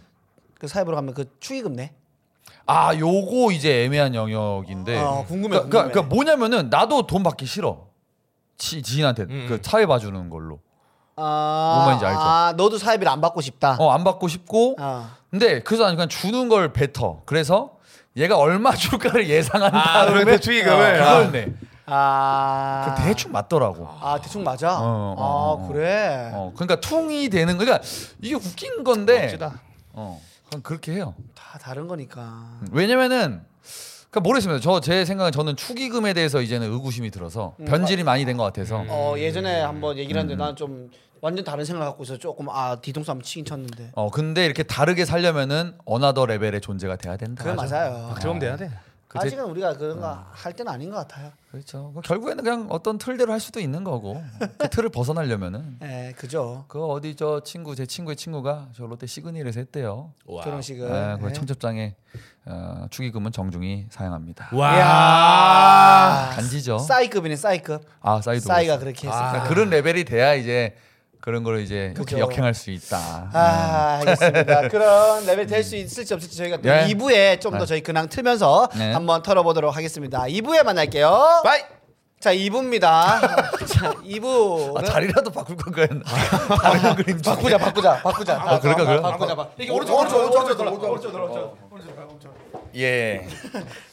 Speaker 1: 그 사회 보러 가면 그 추위금 내.
Speaker 3: 아, 요거 이제 애매한 영역인데.
Speaker 1: 아, 궁금해,
Speaker 3: 그러니까, 그러니까
Speaker 1: 궁금해.
Speaker 3: 뭐냐면은 나도 돈 받기 싫어. 지, 지인한테
Speaker 2: 음.
Speaker 3: 그 차에 봐주는 걸로.
Speaker 1: 아,
Speaker 3: 뭔뭐 말인지 알죠?
Speaker 1: 아, 너도 사회비를 안 받고 싶다.
Speaker 3: 어, 안 받고 싶고.
Speaker 1: 아.
Speaker 3: 근데 그래서 난 그냥 주는 걸 뱉어. 그래서 얘가 얼마 줄까를 예상한
Speaker 2: 아,
Speaker 3: 다음에 어,
Speaker 2: 그래, 그 추위금을.
Speaker 3: 그걸
Speaker 2: 아.
Speaker 3: 내.
Speaker 1: 아.
Speaker 3: 그 대충 맞더라고.
Speaker 1: 아 대충 맞아.
Speaker 3: 어, 어, 어,
Speaker 1: 아
Speaker 3: 어.
Speaker 1: 그래.
Speaker 3: 어, 그러니까 퉁이 되는 거니까 이게 웃긴 건데.
Speaker 2: 멋지다.
Speaker 3: 어, 그냥 그렇게 해요. 음.
Speaker 1: 다 다른 거니까.
Speaker 3: 왜냐면은 그러니까 모르겠습니다. 저 제 생각은 저는 축의금에 대해서 이제는 의구심이 들어서
Speaker 2: 음.
Speaker 3: 변질이 많이 된 것 같아서.
Speaker 1: 어 예전에 한번 얘기를
Speaker 3: 음.
Speaker 1: 했는데 나는 좀 완전 다른 생각 갖고 있어. 조금 아 뒤통수 한번 치긴 쳤는데.
Speaker 3: 어, 근데 이렇게 다르게 살려면은 어나더 레벨의 존재가 돼야 된다.
Speaker 1: 그건 맞아요.
Speaker 2: 박재범 돼야 돼.
Speaker 3: 그 제-
Speaker 1: 아직은 우리가 그런 거 할 때는 아닌 것 같아요.
Speaker 3: 그렇죠. 그 결국에는 그냥 어떤 틀대로 할 수도 있는 거고 그 틀을 벗어나려면은
Speaker 1: 예, 그죠.
Speaker 3: 그 어디 저 친구 제 친구의 친구가 저 롯데 시그니엘에서 했대요.
Speaker 1: 결혼식을.
Speaker 3: 아, 그
Speaker 1: 예.
Speaker 3: 청첩장에 어, 축의금은 정중히 사용합니다.
Speaker 2: 와.
Speaker 3: 간지죠.
Speaker 1: 아, 싸이급이네 싸이급.
Speaker 3: 아 사이도
Speaker 1: 싸이가 그렇게 했어.
Speaker 3: 그러니까
Speaker 1: 아,
Speaker 3: 그런 레벨이 돼야 이제 그런 거를 이제
Speaker 1: 그죠.
Speaker 3: 이렇게 역행할 수 있다.
Speaker 1: 아 알겠습니다. 그런 레벨 될 수 있을지 없을지 저희가 또
Speaker 3: 예.
Speaker 1: 2부에 좀 더
Speaker 3: 네.
Speaker 1: 저희 근황 틀면서
Speaker 3: 네.
Speaker 1: 한번 털어보도록 하겠습니다. 2부에 만날게요.
Speaker 2: 빠이.
Speaker 1: 자 2부입니다. 자 2부.
Speaker 3: 아, 다리라도 바꿀 건가요? 다른 그림 중에.
Speaker 1: 아, 바꾸자 바꾸자 바꾸자.
Speaker 3: 아, 그럴까, 그래요?
Speaker 1: 바꾸자 바.
Speaker 2: 이게 오른쪽 오른쪽 오른쪽 오른쪽 오른쪽 오른쪽 오른쪽.
Speaker 3: 예.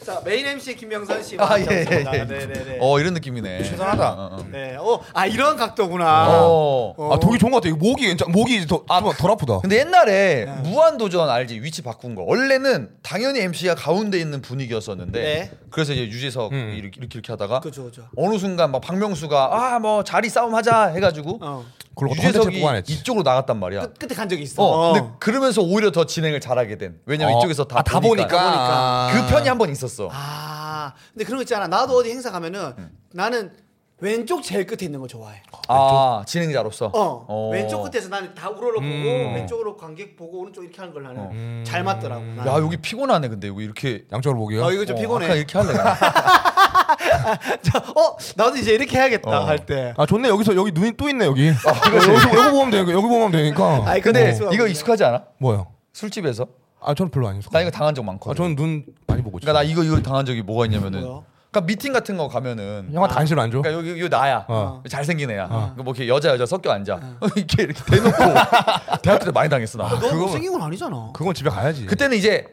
Speaker 1: 자 메인 MC 김명선 씨.
Speaker 3: 아 예. 예,
Speaker 1: 반갑습니다.
Speaker 3: 예.
Speaker 1: 네네네.
Speaker 3: 어 이런 느낌이네.
Speaker 2: 대단하다.
Speaker 3: 어, 어.
Speaker 1: 네. 어아 이런 각도구나.
Speaker 3: 어.
Speaker 2: 아 독이 좋은 것 같아. 이거 목이 괜찮. 목이 더덜 아프다.
Speaker 3: 근데 옛날에
Speaker 1: 네.
Speaker 3: 무한 도전 알지 위치 바꾼 거 원래는 당연히 MC가 가운데 있는 분위기였었는데
Speaker 1: 네.
Speaker 3: 그래서 이제 유재석 이렇게, 이렇게 이렇게 하다가
Speaker 1: 음. 그죠 그죠.
Speaker 3: 어느 순간 막 박명수가 아 뭐 자리 싸움 하자 해가지고
Speaker 1: 어.
Speaker 2: 그걸로 컨텐츠
Speaker 3: 유재석이
Speaker 2: 보완했지.
Speaker 3: 이쪽으로 나갔단 말이야.
Speaker 1: 끝 끝에 간 적이 있어. 네.
Speaker 3: 어, 근데 그러면서 오히려 더 진행을 잘하게 된. 왜냐면
Speaker 2: 어.
Speaker 3: 이쪽에서 다,
Speaker 2: 아, 다 보니까.
Speaker 1: 보니까.
Speaker 3: 그 편이 한 번 있었어.
Speaker 1: 아 근데 그런 거 있잖아 나도 어디 행사 가면은 나는 왼쪽 제일 끝에 있는 거 좋아해
Speaker 3: 음. 아 진행자로서.
Speaker 1: 어,
Speaker 3: 어. 음.
Speaker 1: 왼쪽 끝에서 나는 다 우러러 보고 왼쪽으로 관객 보고 오른쪽 이렇게 하는 걸 나는 잘 맞더라고 나는.
Speaker 3: 어. 야 여기 피곤하네 근데 여기 이렇게.
Speaker 2: 양쪽으로 목이요.
Speaker 1: 어 이거 좀
Speaker 3: 어,
Speaker 1: 피곤해 네,
Speaker 3: 아까 이렇게 할래. 그냥.
Speaker 1: 어 나도 이제 이렇게 해야겠다
Speaker 3: 어.
Speaker 1: 할 때
Speaker 2: 아 좋네 여기서 여기 눈이 또 있네 여기. 여기서 여기 보면 되니까 여기 보면 되니까.
Speaker 1: 아이,
Speaker 3: 근데
Speaker 1: 어.
Speaker 3: 이거 익숙하지 않아?
Speaker 2: 뭐요?
Speaker 3: 술집에서?
Speaker 2: 아 저는 별로 안 익숙.
Speaker 3: 나 이거 당한 적 많거든.
Speaker 2: 아 저는 눈 많이 보고 있어.
Speaker 3: 그러니까 나 이거 이거 당한 적이 뭐가 있냐면은.
Speaker 1: 뭐야?
Speaker 3: 그러니까 미팅 같은 거 가면은.
Speaker 2: 형한테 관심 안 줘.
Speaker 3: 그러니까 여기 요 나야
Speaker 2: 어.
Speaker 3: 잘생긴 애야 그러니까 뭐 이렇게 여자 여자 섞여 앉아
Speaker 1: 어.
Speaker 3: 이렇게 이렇게 대놓고 대학교 때 많이 당했어 나
Speaker 1: 너 못생긴 건 아니잖아
Speaker 2: 그건 집에 가야지.
Speaker 3: 그때는 이제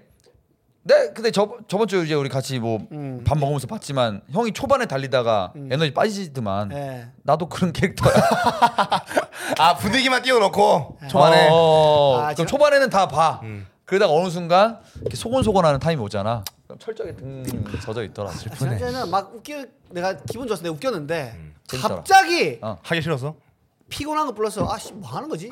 Speaker 3: 네 근데 저 저번 주에 이제 우리 같이 뭐 밥
Speaker 1: 음.
Speaker 3: 먹으면서 봤지만 형이 초반에 달리다가 에너지 빠지지만
Speaker 1: 예.
Speaker 3: 나도 그런 캐릭터야.
Speaker 2: 아 분위기만 띄워놓고 어.
Speaker 3: 초반에
Speaker 1: 아,
Speaker 3: 어. 그럼
Speaker 1: 지금-
Speaker 3: 초반에는 다 봐.
Speaker 2: 음.
Speaker 3: 그러다가 어느 순간 이렇게 소곤소곤하는 타임이 오잖아. 그럼 철저하게 등
Speaker 1: 음.
Speaker 3: 젖어
Speaker 2: 아,
Speaker 3: 있더라.
Speaker 1: 지난주에는 막 웃기 내가 기분 좋아서 내가 웃겼는데
Speaker 3: 음, 재밌더라.
Speaker 1: 갑자기
Speaker 3: 어.
Speaker 2: 하기 싫어서.
Speaker 1: 피곤한 거 불러서 아씨 뭐 하는 거지?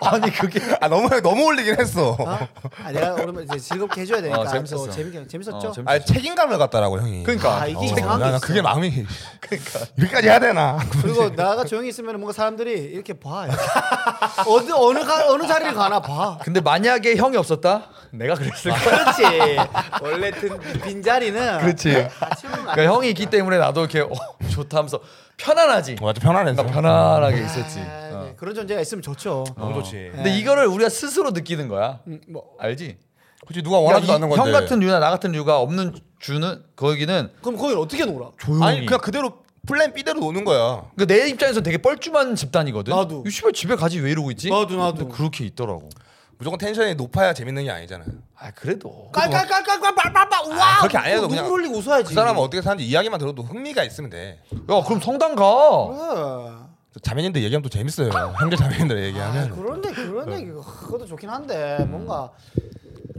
Speaker 3: 아니 그게
Speaker 2: 아 너무 너무 올리긴 했어.
Speaker 1: 어? 아, 내가 오랜만에 이제 즐겁게 해줘야 되니까
Speaker 3: 어, 재밌었어.
Speaker 1: 또 재밌게 재밌었죠?
Speaker 3: 어, 재밌-
Speaker 2: 아 책임감을 갖더라고 형이.
Speaker 3: 그러니까
Speaker 1: 아, 이게
Speaker 3: 어.
Speaker 1: 이상한
Speaker 2: 나,
Speaker 1: 게
Speaker 2: 나
Speaker 1: 있어.
Speaker 2: 그게 마음이. 그러니까 여기까지 해야 되나?
Speaker 1: 그리고 나가 조용히 있으면 뭔가 사람들이 이렇게 봐. 이렇게. 어느 어느 가, 어느 자리를 가나 봐.
Speaker 3: 근데 만약에 형이 없었다 내가 그랬을 거야
Speaker 1: 그렇지. 원래 빈, 빈 자리는
Speaker 3: 그렇지
Speaker 1: 다 치우는 거
Speaker 3: 그러니까 형이 있기 때문에 나도 이렇게 어, 좋다 하면서 편안하지
Speaker 2: 맞아 편안해서.
Speaker 3: 그러니까 편안하게 있었지
Speaker 1: 아,
Speaker 3: 어.
Speaker 1: 네. 그런 존재가 있으면 좋죠.
Speaker 2: 너무 좋지.
Speaker 3: 근데 이거를 우리가 스스로 느끼는 거야
Speaker 1: 뭐
Speaker 3: 알지
Speaker 2: 그치 누가 어, 원하지도 않는
Speaker 3: 이-
Speaker 2: 건데.
Speaker 3: 형 같은 류나 나 같은 류가 없는 주는 거기는
Speaker 1: 그럼 거기 어떻게 놀아?
Speaker 3: 조용히
Speaker 2: 아니 그냥 그대로 플랜 B대로 노는 거야.
Speaker 3: 그러니까 내 입장에서 되게 뻘쭘한 집단이거든.
Speaker 1: 나도.
Speaker 3: 이 씨발 집에 가지 왜 이러고 있지?
Speaker 1: 나도, 나도.
Speaker 3: 근데 그렇게 있더라고.
Speaker 2: 무조건 텐션이 높아야 재밌는 게 아니잖아요.
Speaker 3: 아 그래도.
Speaker 1: 깔깔깔깔깔 빨빨빨 와.
Speaker 2: 아, 그렇게 안 해도 그냥-
Speaker 1: 눈물 흘리고 웃어야지.
Speaker 2: 그 사람은 어떻게 사는지 이야기만 들어도 흥미가 있으면 돼.
Speaker 3: 야 그럼 성당 가.
Speaker 1: 어.
Speaker 2: 자매님들 얘기하면 또 재밌어요. 형제 자매님들
Speaker 1: 아,
Speaker 2: 얘기하면.
Speaker 1: 그런데 그런 얘기 그것도 좋긴 한데 뭔가
Speaker 3: 네. 음.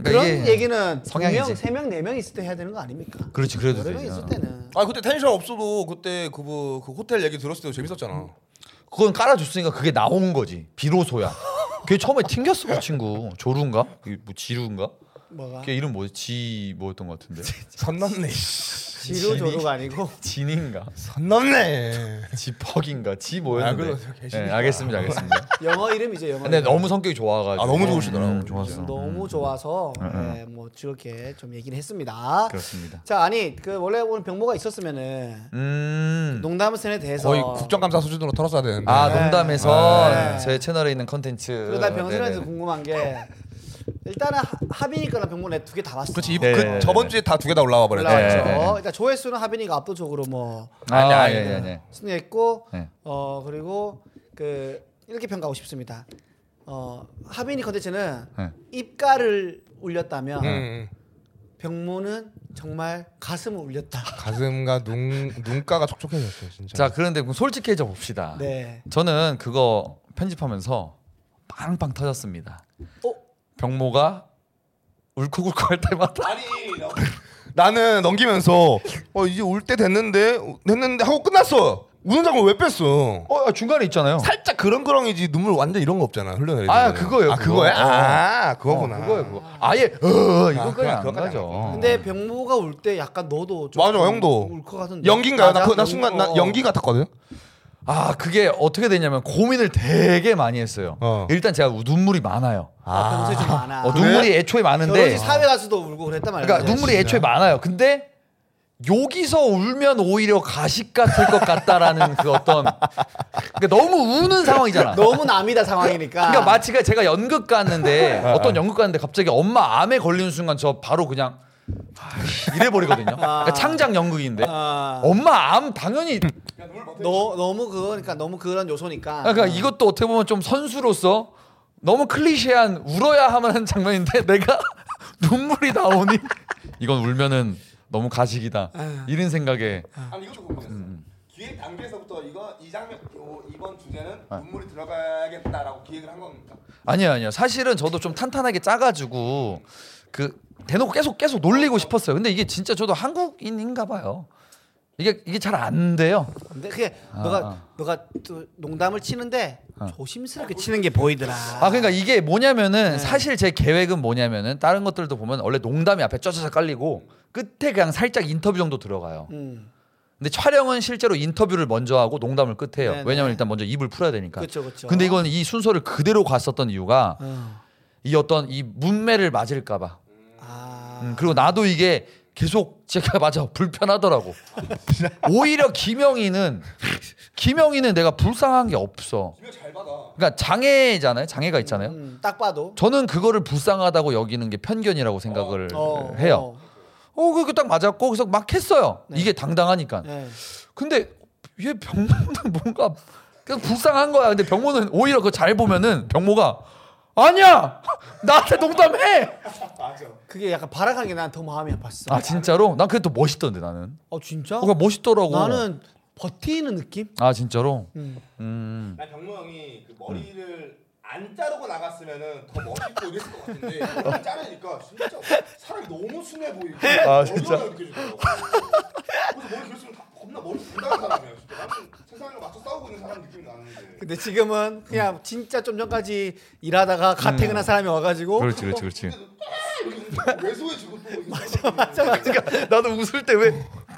Speaker 3: 그러니까
Speaker 1: 그런
Speaker 3: 이게
Speaker 1: 얘기는
Speaker 3: 성향이지.
Speaker 1: 두명세명네명 있을 때 해야 되는 거 아닙니까?
Speaker 3: 그렇지 그래도
Speaker 1: 여러 명
Speaker 3: 되지.
Speaker 1: 있을
Speaker 3: 어.
Speaker 1: 때는
Speaker 2: 아 그때 텐션 없어도 그때 그뭐 그 호텔 얘기 들었을 때도 재밌었잖아.
Speaker 3: 그건 깔아줬으니까 그게 나온 거지. 비로소야. 그게 처음에 튕겼어 그 친구. 조루인가? 이게 뭐 지루인가?
Speaker 1: 뭐가
Speaker 3: 걔 이름 뭐지? 지 뭐였던 것 같은데.
Speaker 2: 선 넘네.
Speaker 1: 지루 조루가 아니고
Speaker 3: 진인가?
Speaker 2: 선 넘네.
Speaker 3: 지퍽인가? 지
Speaker 2: 아,
Speaker 3: 뭐였는데.
Speaker 2: 그래서 계시니까.
Speaker 3: 네, 알겠습니다 알겠습니다.
Speaker 1: 영어 이름이죠 영어.
Speaker 3: 근데
Speaker 1: 이름.
Speaker 3: 네, 너무 성격이 좋아가지고. 음,
Speaker 2: 아, 너무 좋으시더라고.
Speaker 3: 좋았어.
Speaker 1: 너무 좋아서 네, 뭐 저렇게 좀 얘기를 했습니다.
Speaker 3: 그렇습니다.
Speaker 1: 자 아니 그 원래 오늘 병모가 있었으면은
Speaker 3: 음.
Speaker 1: 농담센에 대해서
Speaker 2: 거의 국정감사 수준으로 털었어야 되는데.
Speaker 3: 아
Speaker 1: 네.
Speaker 3: 농담에서
Speaker 1: 네.
Speaker 3: 제 채널에 있는 컨텐츠
Speaker 1: 그러다 병선에서
Speaker 3: 네네.
Speaker 1: 궁금한 게 일단은 하- 합이니까나 병모 내두개 다 봤어.
Speaker 2: 그렇지. 이-
Speaker 3: 네,
Speaker 2: 그
Speaker 3: 네, 네.
Speaker 2: 저번 주에 다 두 개 다 올라와 버렸어.
Speaker 1: 올라왔죠.
Speaker 3: 네, 네, 네.
Speaker 1: 일단 조회수는 하빈이가 압도적으로 뭐
Speaker 3: 아니
Speaker 2: 아,
Speaker 3: 아니
Speaker 2: 예,
Speaker 3: 아니
Speaker 1: 승리했고
Speaker 3: 네.
Speaker 1: 어 그리고 그 이렇게 평가하고 싶습니다. 어 하빈이 컨텐츠는
Speaker 3: 네.
Speaker 1: 입가를 울렸다면
Speaker 2: 음.
Speaker 1: 병모는 정말 가슴을 울렸다.
Speaker 2: 가슴과 눈 눈가가 촉촉해졌어요, 진짜.
Speaker 3: 자 그런데 그럼 솔직해져 봅시다
Speaker 1: 네.
Speaker 3: 저는 그거 편집하면서 빵빵 터졌습니다
Speaker 1: 어?
Speaker 3: 병모가 울컥울컥 할 때마다
Speaker 2: 나는 넘기면서 어 이제 올 때 됐는데 됐는데 하고 끝났어. 우는 장면 왜 뺐어?
Speaker 3: 어 아, 중간에 있잖아요
Speaker 2: 살짝 그런 거랑이지 눈물 완전 이런 거 없잖아 흘러내리는.
Speaker 3: 아,
Speaker 2: 거는.
Speaker 3: 그거예요,
Speaker 2: 아
Speaker 3: 그거.
Speaker 2: 그거야? 아 그거구나.
Speaker 3: 어, 그거예요 그거 아예 어 이거까지
Speaker 2: 그거-
Speaker 3: 안
Speaker 2: 그거까지 안
Speaker 3: 가죠
Speaker 2: 가고.
Speaker 1: 근데 병모가 울 때 약간 너도 좀
Speaker 2: 맞아, 형도.
Speaker 1: 울것 같은데
Speaker 2: 연기인가요? 나,
Speaker 1: 맞아?
Speaker 2: 그, 나 순간 나
Speaker 1: 어.
Speaker 2: 연기 같았거든.
Speaker 3: 아 그게 어떻게 되냐면 고민을 되게 많이 했어요
Speaker 2: 어.
Speaker 3: 일단 제가 눈물이 많아요
Speaker 1: 아, 평소에 좀 많아.
Speaker 3: 어,
Speaker 2: 그래?
Speaker 3: 눈물이 애초에 많은데
Speaker 1: 결혼식 사회 네, 가서도 울고 그랬단 말이야.
Speaker 3: 그러니까 눈물이 애초에 많아요. 근데 여기서 울면 오히려 가식 같을 것 같다라는 그 어떤 그러니까 너무 우는
Speaker 1: 네.
Speaker 3: 상황이잖아.
Speaker 1: 너무 남이다 상황이니까.
Speaker 3: 그러니까 마치가 제가 연극 갔는데
Speaker 1: 아.
Speaker 3: 어떤 연극 갔는데 갑자기 엄마 암에 걸리는 순간 저 바로 그냥 아, 이래 버리거든요. 그러니까 창작 연극인데
Speaker 1: 아,
Speaker 3: 엄마 암 당연히
Speaker 1: 너 너무 그 그러니까 너무 그런 요소니까.
Speaker 3: 그러니까 이것도 어떻게 보면 좀 선수로서 너무 클리셰한 울어야 하는 장면인데 내가 눈물이 나오니 이건 울면은 너무 가식이다 이런 생각에
Speaker 2: 아니 이것도 궁금했어. 기획 단계에서부터 이거 이 장면 이번 주제는 눈물이 들어가겠다라고 기획을 한 겁니까?
Speaker 3: 아니요 아니요 사실은 저도 좀 탄탄하게 짜가지고 그 대놓고 계속 계속 놀리고 싶었어요 근데 이게 진짜 저도 한국인인가 봐요 이게 이게 잘 안 돼요
Speaker 1: 근데 그게 너가
Speaker 3: 아. 어.
Speaker 1: 너가 또 농담을 치는데 조심스럽게 치는 게 보이더라.
Speaker 3: 아 그러니까 이게 뭐냐면은 사실 제 계획은 뭐냐면은 다른 것들도 보면 원래 농담이 앞에 쪄쪄 깔리고 끝에 그냥 살짝 인터뷰 정도 들어가요
Speaker 1: 음.
Speaker 3: 근데 촬영은 실제로 인터뷰를 먼저 하고 농담을 끝해요
Speaker 1: 네네.
Speaker 3: 왜냐면 일단 먼저 입을 풀어야 되니까
Speaker 1: 그렇죠, 그렇죠.
Speaker 3: 근데 이건 이 순서를 그대로 갔었던 이유가
Speaker 1: 어.
Speaker 3: 이 어떤 이 문매를 맞을까봐
Speaker 1: 아.
Speaker 3: 음, 그리고 나도 이게 계속 제가 맞아 불편하더라고. 오히려 김영희는 김영희는 내가 불쌍한 게 없어.
Speaker 2: 잘 받아.
Speaker 3: 그러니까 장애잖아요. 장애가 있잖아요.
Speaker 1: 음, 딱 봐도
Speaker 3: 저는 그거를 불쌍하다고 여기는 게 편견이라고 생각을
Speaker 1: 어,
Speaker 3: 네. 해요. 어, 그게 딱 맞았고 그래서 막 했어요.
Speaker 1: 네.
Speaker 3: 이게 당당하니까.
Speaker 1: 어. 네.
Speaker 3: 근데 얘 병모는 뭔가 그냥 불쌍한 거야. 근데 병모는 오히려 그거 잘 보면은 병모가 아니야 나한테 농담해.
Speaker 1: 그게 약간 발악한 게 난 더 마음이 아팠어.
Speaker 3: 아 진짜로? 난 그게 또 멋있던데 나는.
Speaker 1: 어, 진짜?
Speaker 3: 어, 그거 멋있더라고.
Speaker 1: 나는 버티는 느낌?
Speaker 3: 아 진짜로?
Speaker 1: 음.
Speaker 3: 음.
Speaker 2: 나 병모 형이 그 머리를 안 자르고 나갔으면은 더 멋있고 이랬을 것 같은데 머리 자르니까 진짜 사람이 너무 순해 보이고 아 진짜 그래서 머리 길수록 겁나 머리 분다는 사람이야 진짜 세상을 맞춰 싸우고 있는 사람 느낌이 나는데.
Speaker 1: 근데 지금은 그냥 진짜 좀 전까지 일하다가 가퇴근한 사람이 와가지고
Speaker 3: 음. 그렇지, 그렇지, 그렇지.
Speaker 2: 외소해 지고 또 이거
Speaker 1: 맞아 맞아
Speaker 3: 나도 웃을 때 왜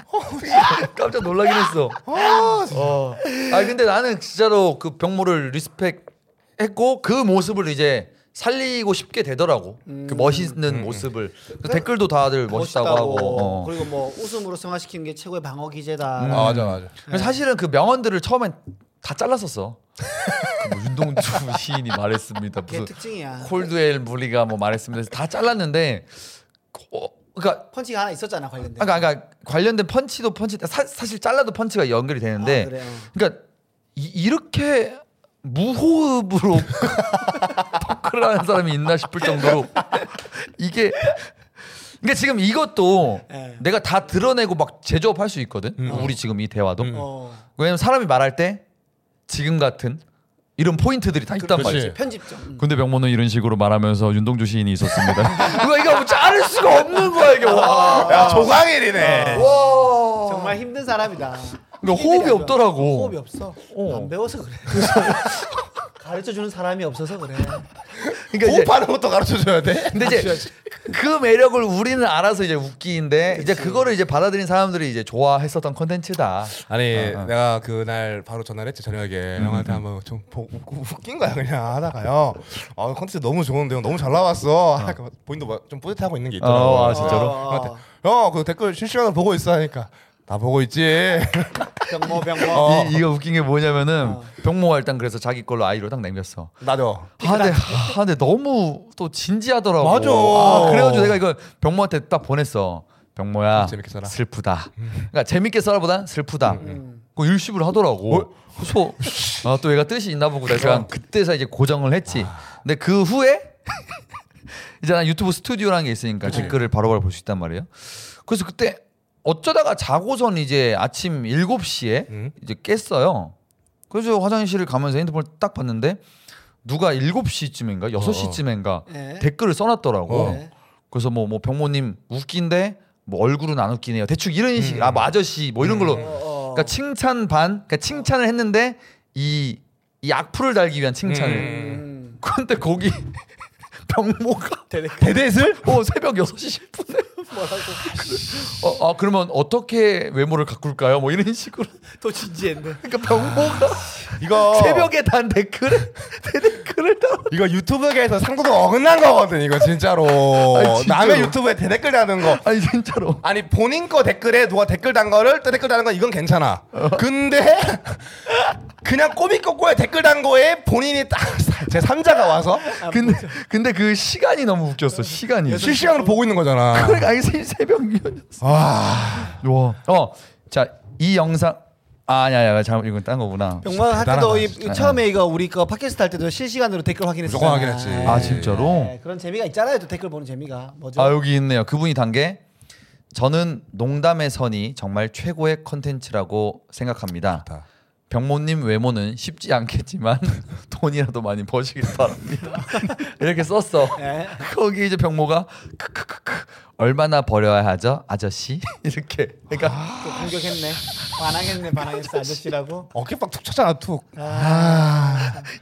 Speaker 3: 어, 깜짝 놀라긴 했어. 어. 아 근데 나는 진짜로 그 병모를 리스펙했고 그 모습을 이제 살리고 싶게 되더라고. 그 멋있는 모습을 그래서 댓글도 다들 음. 멋있다고, 하고. 어.
Speaker 1: 그리고 뭐 웃음으로 승화시키는 게 최고의 방어 기제다.
Speaker 3: 음.
Speaker 2: 아 맞아 맞아.
Speaker 3: 그래서 사실은 그 명언들을 처음엔 다 잘랐었어. 그뭐 윤동주 시인이 말했습니다.
Speaker 1: 그게
Speaker 3: 무슨
Speaker 1: 네, 특징이야.
Speaker 3: 콜드웰 무리가 뭐 말했습니다. 그래서 다 잘랐는데 어, 그러니까
Speaker 1: 펀치가 하나 있었잖아 관련된.
Speaker 3: 그러니까, 그러니까 관련된 펀치도 펀치 사, 사실 잘라도 펀치가 연결이
Speaker 1: 아,
Speaker 3: 되는데
Speaker 1: 그래요.
Speaker 3: 그러니까 이, 렇게 무호흡으로 토크를 하는 사람이 있나 싶을 정도로 이게 그러니까 지금 이것도
Speaker 1: 네. 음.
Speaker 3: 내가 다 드러내고 막 제조업할 수 있거든. 우리 지금 이 대화도
Speaker 1: 어.
Speaker 3: 왜냐면 사람이 말할 때 지금 같은 이런 포인트들이 다 있단
Speaker 2: 그렇지.
Speaker 3: 말이지.
Speaker 1: 편집점. 음.
Speaker 3: 근데 병모는 이런 식으로 말하면서 윤동주 시인이 있었습니다. 이거 이거 뭐 자를 수가 없는 거야 이게 와.
Speaker 2: 야 조광일이네.
Speaker 3: 와.
Speaker 1: 아, 정말 힘든 사람이다.
Speaker 3: 그러니까
Speaker 1: 힘들이
Speaker 3: 호흡이
Speaker 1: 안 좋아.
Speaker 3: 없더라고.
Speaker 1: 호흡이 없어.
Speaker 3: 어.
Speaker 1: 안 배워서 그래. 가르쳐 주는 사람이 없어서 그래.
Speaker 3: 그러니까 이제
Speaker 2: 호흡하는 것도 가르쳐 줘야 돼.
Speaker 3: 근데 이제 그 매력을 우리는 알아서 이제 웃기인데 이제 그거를 이제 받아들인 사람들이 이제 좋아했었던 컨텐츠다.
Speaker 4: 아니 내가 그날 바로 전화를 했지 저녁에
Speaker 3: 음,
Speaker 4: 형한테 한번 좀 보, 웃- 웃긴 거야 그냥 하다가요 아 컨텐츠 너무 좋은데 형 너무 잘 나왔어 아, 그 본인도 막좀 뿌듯하고 있는 게 있더라고
Speaker 3: 어, 아, 진짜로?
Speaker 4: 형한테 형그 댓글 실시간으로 보고 있어 하니까 나 보고 있지
Speaker 1: 병모 병모.
Speaker 3: 이, 이거 웃긴 게 뭐냐면은
Speaker 1: 어.
Speaker 3: 병모가 일단 그래서 자기 걸로 아이로 딱 남겼어.
Speaker 4: 나도
Speaker 3: 아, 근데, 아, 근데 너무 또 진지하더라고.
Speaker 4: 맞아.
Speaker 3: 아, 그래가지고 내가 이거 병모한테 딱 보냈어. 병모야.
Speaker 4: 재밌게 써라. 음.
Speaker 3: 슬프다. 그러니까 재밌게 써라보단 슬프다.
Speaker 1: 음.
Speaker 3: 그 일십을 하더라고. 그래서 아, 또 얘가 뜻이 있나 보구나. 제가 그때서 이제 고정을 했지. 근데 그 후에 이제 난 유튜브 스튜디오라는 게 있으니까 댓글을 바로바로 볼 수 있단 말이에요. 그래서 그때 어쩌다가 자고선 이제 아침 7시에 이제 깼어요. 그래서 화장실을 가면서 핸드폰을 딱 봤는데 누가 7시쯤인가 6시쯤인가
Speaker 1: 네.
Speaker 3: 댓글을 써놨더라고.
Speaker 4: 어.
Speaker 1: 네.
Speaker 3: 그래서 뭐 뭐 병모님 웃긴데 뭐 얼굴은 안 웃기네요. 대충 이런 식, 아뭐 아저씨 뭐 이런 걸로.
Speaker 1: 어.
Speaker 3: 그러니까 칭찬 반, 그러니까 칭찬을 했는데 이, 이 악플을 달기 위한
Speaker 4: 음.
Speaker 3: 칭찬을.
Speaker 1: 음.
Speaker 3: 그런데 거기 병모가
Speaker 4: 대댓을?
Speaker 3: 어 새벽 6시 10분에 뭐라고 어, 아 그러면 어떻게 외모를 가꿀까요? 뭐 이런 식으로
Speaker 1: 또 진지했네. 아. 어.
Speaker 3: 그러니까 병모가
Speaker 4: 이거
Speaker 3: 새벽에 단 댓글에 내 댓글을 다
Speaker 4: 이거 유튜브계에서 상도도 어긋난 거거든 이거 진짜로 남의 유튜브에 대댓글 다는 거
Speaker 3: 아니 진짜로
Speaker 4: 아니 본인 거 댓글에 누가 댓글 단 거를 또 댓글 다는 건 이건 괜찮아.
Speaker 3: 어.
Speaker 4: 근데 그냥 꼬미 꼬꼬에 댓글 단 거에 본인이 딱 제 3자가 와서
Speaker 1: 아,
Speaker 3: 근데 근데 그 시간이 너무 웃겼어 시간이
Speaker 4: 실시간으로 보고 있는 거잖아.
Speaker 3: 그러니까 아니 새- 새벽 6시였어 어, 와어자이 영상 아 아니야 아니야 잠 이건 딴 거구나
Speaker 1: 병모가 할 때도
Speaker 4: 대단하다,
Speaker 1: 이,
Speaker 4: 진짜.
Speaker 1: 이 처음에 이거 우리 그 팟캐스트 할 때도 실시간으로 댓글 확인했잖아. 네.
Speaker 4: 무조건 확인했지.
Speaker 3: 아 진짜로
Speaker 1: 그런 재미가 있잖아요. 또 댓글 보는 재미가 뭐죠?
Speaker 3: 아 여기 있네요. 그분이 단 게 저는 농담의 선이 정말 최고의 컨텐츠라고 생각합니다. 병모님 외모는 쉽지 않겠지만 돈이라도 많이 버시길 바랍니다. 이렇게 썼어.
Speaker 1: 네.
Speaker 3: 거기 이제 병모가 크크크크 얼마나 버려야 하죠, 아저씨? 이렇게. 그러니까
Speaker 1: 또 공격했네. 반항했네. 반항했어 아저씨라고.
Speaker 4: 어깨빵 툭 쳤잖아 툭.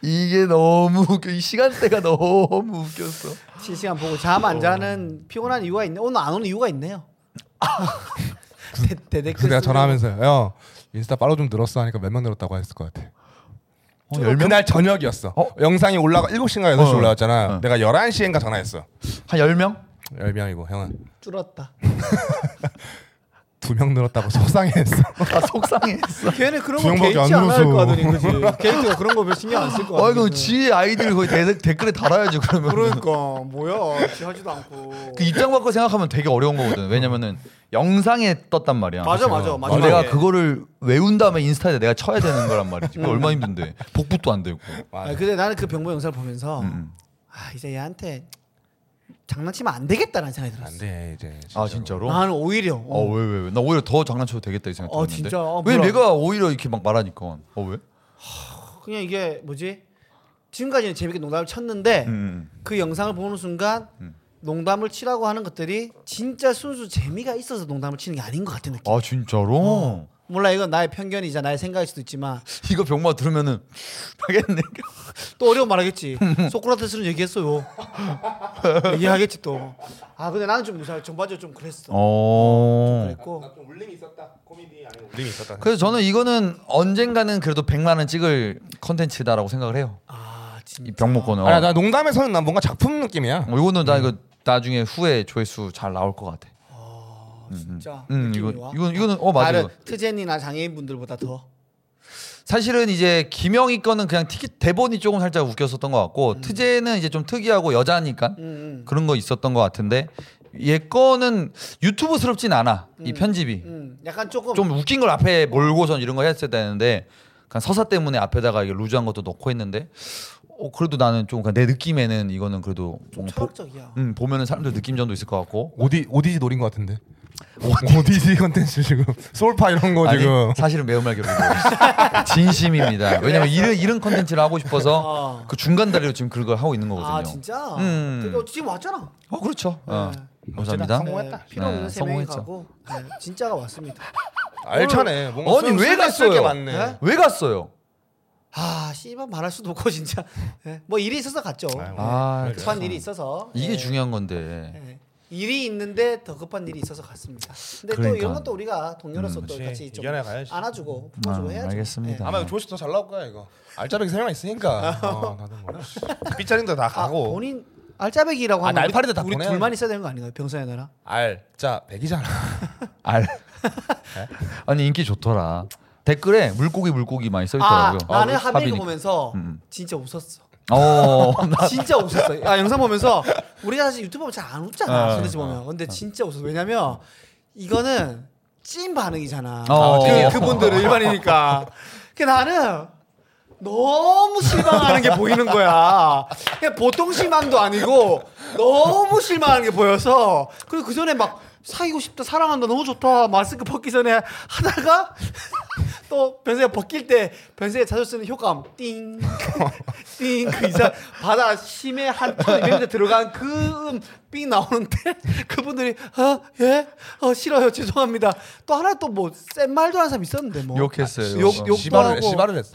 Speaker 3: 이게 너무 웃겨. 이 시간대가 너무 웃겼어.
Speaker 1: 실시간 보고 잠 안 자는 피곤한 이유가 있네. 오늘 안 오는 이유가 있네요. 대- 대댓글
Speaker 4: 그래서 내가
Speaker 1: 쓰고.
Speaker 4: 전화하면서 형 인스타 팔로우 좀 늘었어 하니까 몇 명 늘었다고 했을 것 같아.
Speaker 3: 어, 열 명?
Speaker 4: 그날 저녁이었어.
Speaker 3: 어?
Speaker 4: 영상이 올라가 7시인가 8시
Speaker 3: 어.
Speaker 4: 올라왔잖아.
Speaker 3: 어.
Speaker 4: 내가 11시인가 전화했어.
Speaker 3: 한 10명?
Speaker 4: 10명이고 형은
Speaker 1: 줄었다.
Speaker 4: 두 명 늘었다고 속상해했어.
Speaker 3: 아, 속상했어.
Speaker 1: 걔는 그런 거
Speaker 4: 주영밖에
Speaker 1: 개의치
Speaker 4: 안
Speaker 1: 안 할
Speaker 4: 늘었어.
Speaker 1: 거더니 그지. 개의치가 그런 거별 신경 안 쓸 거
Speaker 3: 아,
Speaker 1: 같아.
Speaker 3: 이거 지 아이들 거의 대- 댓글에 달아야지 그러면.
Speaker 1: 네. 그러니까 뭐야. 지 하지도 않고.
Speaker 3: 그 입장 바꿔 생각하면 되게 어려운 거거든. 왜냐면은 영상에 떴단 말이야.
Speaker 1: 맞아 맞아 맞아.
Speaker 3: 어, 내가 그거를 외운 다음에 인스타에 내가 쳐야 되는 거란 말이지. 그거 얼마나 힘든데. 복붙도 안 되고.
Speaker 1: 아, 근데 나는 그 병모 영상을 보면서
Speaker 3: 음,
Speaker 1: 아 이제 얘한테 장난치면 안 되겠다라는 생각이 들었어.
Speaker 4: 안돼 이제.
Speaker 3: 아 진짜로?
Speaker 1: 나는 오히려 어.
Speaker 3: 어 왜 왜 왜? 나 오히려 더 장난쳐도 되겠다 이 생각
Speaker 1: 어,
Speaker 3: 들었는데.
Speaker 1: 진짜? 어,
Speaker 3: 왜
Speaker 1: 뭐야.
Speaker 3: 내가 오히려 이렇게 막 말하니까. 어 왜?
Speaker 1: 그냥 이게 뭐지? 지금까지는 재밌게 농담을 쳤는데
Speaker 3: 음.
Speaker 1: 그 영상을 보는 순간 농담을 치라고 하는 것들이 진짜 순수 재미가 있어서 농담을 치는 게 아닌 것 같은 느낌.
Speaker 3: 아 진짜로?
Speaker 1: 몰라 이건 나의 편견이자 나의 생각일 수도 있지만
Speaker 3: 이거 병마 들으면은 하겠네.
Speaker 1: 또 어려운 말 하겠지. 소크라테스는 얘기했어요. 얘기하겠지 또. 아 근데 나는 좀 무사 전반적으로 좀 그랬어.
Speaker 3: 어.
Speaker 1: 그랬고
Speaker 4: 좀 울림이 있었다. 코미디 아니고 울림이 있었다.
Speaker 3: 그래서 저는 이거는 언젠가는 그래도 100만 원 찍을 컨텐츠다라고 생각을 해요.
Speaker 1: 아 진짜.
Speaker 3: 이 병목권은.
Speaker 4: 아니 나 농담에서는 난 뭔가 작품 느낌이야.
Speaker 3: 어, 이거는
Speaker 1: 네.
Speaker 3: 나 이거 나중에 후에 조회수 잘 나올 것 같아.
Speaker 1: 진짜.
Speaker 3: 음, 이거
Speaker 1: 느낌이 와.
Speaker 3: 이건 이거는 어 맞아.
Speaker 1: 다른
Speaker 3: 이거.
Speaker 1: 트젠이나 장애인분들보다 더.
Speaker 3: 사실은 이제 김영희 거는 그냥 티켓 대본이 조금 살짝 웃겼었던 것 같고 트제는 이제 좀 특이하고 여자니까
Speaker 1: 음,
Speaker 3: 그런 거 있었던 것 같은데 얘 거는 유튜브스럽진 않아 이 편집이
Speaker 1: 음, 음. 약간 조금
Speaker 3: 좀 웃긴 걸 앞에 몰고선 이런 거 했어야 되는데 그냥 서사 때문에 앞에다가 이게 루즈한 것도 넣고 했는데 어, 그래도 나는 좀 내 느낌에는 이거는 그래도
Speaker 1: 좀
Speaker 3: 뭔가
Speaker 1: 철학적이야.
Speaker 3: 보, 음, 보면은 사람들 느낌전도 있을 것 같고
Speaker 4: 오디 오디지 노린 것 같은데. 오디지 컨텐츠 지금 솔파 이런 거
Speaker 2: 어,
Speaker 3: 아니,
Speaker 4: 지금.
Speaker 3: 사실은 매운말 결혼 진심입니다 왜냐면 이런 이런 컨텐츠를 하고 싶어서
Speaker 1: 네. 어.
Speaker 3: 그 중간 다리로 지금 그걸 하고 있는 거거든요
Speaker 1: 아 진짜.
Speaker 3: 음.
Speaker 1: 그러니까 지금 왔잖아.
Speaker 3: 어 그렇죠. 어.
Speaker 1: 네.
Speaker 3: 감사합니다.
Speaker 2: 어쨌든 뭐 성공했다.
Speaker 1: 필요 없는
Speaker 3: 네,
Speaker 1: 세 명이
Speaker 3: 성공했죠.
Speaker 1: 가고 네, 진짜가 왔습니다.
Speaker 2: 알차네. 뭔가
Speaker 3: 아니,
Speaker 2: 쓸-
Speaker 3: 왜
Speaker 2: 쓸-
Speaker 3: 갔어요?
Speaker 2: 쓸게 많네.
Speaker 1: 네?
Speaker 3: 왜 갔어요?
Speaker 1: 아 씨발 말할 수도 없고 진짜. 네, 뭐 일이 있어서 갔죠. 네,
Speaker 2: 아유,
Speaker 3: 아,
Speaker 2: 그래.
Speaker 1: 급한 일이 있어서.
Speaker 3: 이게
Speaker 1: 네.
Speaker 3: 중요한 건데.
Speaker 1: 예. 일이 있는데 더 급한 일이 있어서 갔습니다. 근데 또
Speaker 3: 그러니까.
Speaker 1: 이런 것도 우리가 동료로서 또
Speaker 2: 그렇지.
Speaker 1: 같이 좀
Speaker 2: 이겨나가야지.
Speaker 1: 안아주고 풀어주고
Speaker 3: 아,
Speaker 1: 해야죠.
Speaker 3: 알겠습니다.
Speaker 1: 예.
Speaker 2: 아마
Speaker 3: 아.
Speaker 2: 조회수 더 잘 나올 거야 이거.
Speaker 4: 알짜배기 세 명 있으니까. 어, 나도 뭐.
Speaker 2: 삐짜링도 다
Speaker 1: 아,
Speaker 2: 가고.
Speaker 1: 본인 알짜배기라고
Speaker 4: 아,
Speaker 1: 하면
Speaker 4: 날파리들 다
Speaker 1: 우리, 우리
Speaker 4: 보내야지.
Speaker 1: 둘만 있어야 되는 거 아닌가요? 병선이 누나.
Speaker 4: 알짜배기잖아.
Speaker 3: 알.
Speaker 2: 네?
Speaker 3: 아니 인기 좋더라. 댓글에 물고기 물고기 많이 써
Speaker 1: 아,
Speaker 3: 있더라고요.
Speaker 1: 나는
Speaker 3: 아,
Speaker 1: 하빈이
Speaker 3: 하빈이.
Speaker 1: 보면서
Speaker 3: 음.
Speaker 1: 진짜 웃었어.
Speaker 3: 어. 나-
Speaker 1: 진짜 웃었어. 아 영상 보면서 우리가 사실 유튜브 보면 잘 안 웃잖아. 선대지 보면. 근데 진짜 웃었어. 왜냐면 이거는 찐 반응이잖아.
Speaker 3: 어.
Speaker 1: 그, 그분들은 일반이니까. 그 나는 너무 실망하는 게 보이는 거야. 그냥 보통 실망도 아니고 너무 실망하는 게 보여서 그리고 그 전에 막 사귀고 싶다, 사랑한다, 너무 좋다, 마스크 벗기 전에 하다가 또 변세가 벗길 때 변세가 자주 쓰는 효과음 띵, 띵, 그 이상 바다 심해 한톤 200m 들어간 그 그음삥 나오는데 그분들이 어, 예, 어 싫어요, 죄송합니다. 또 하나 또 뭐 센 말도 하는 사람 있었는데 뭐
Speaker 3: 욕했어요.
Speaker 1: 욕,
Speaker 3: 욕.
Speaker 1: 욕도
Speaker 4: 시발을
Speaker 1: 하고.
Speaker 4: 시발을 했어.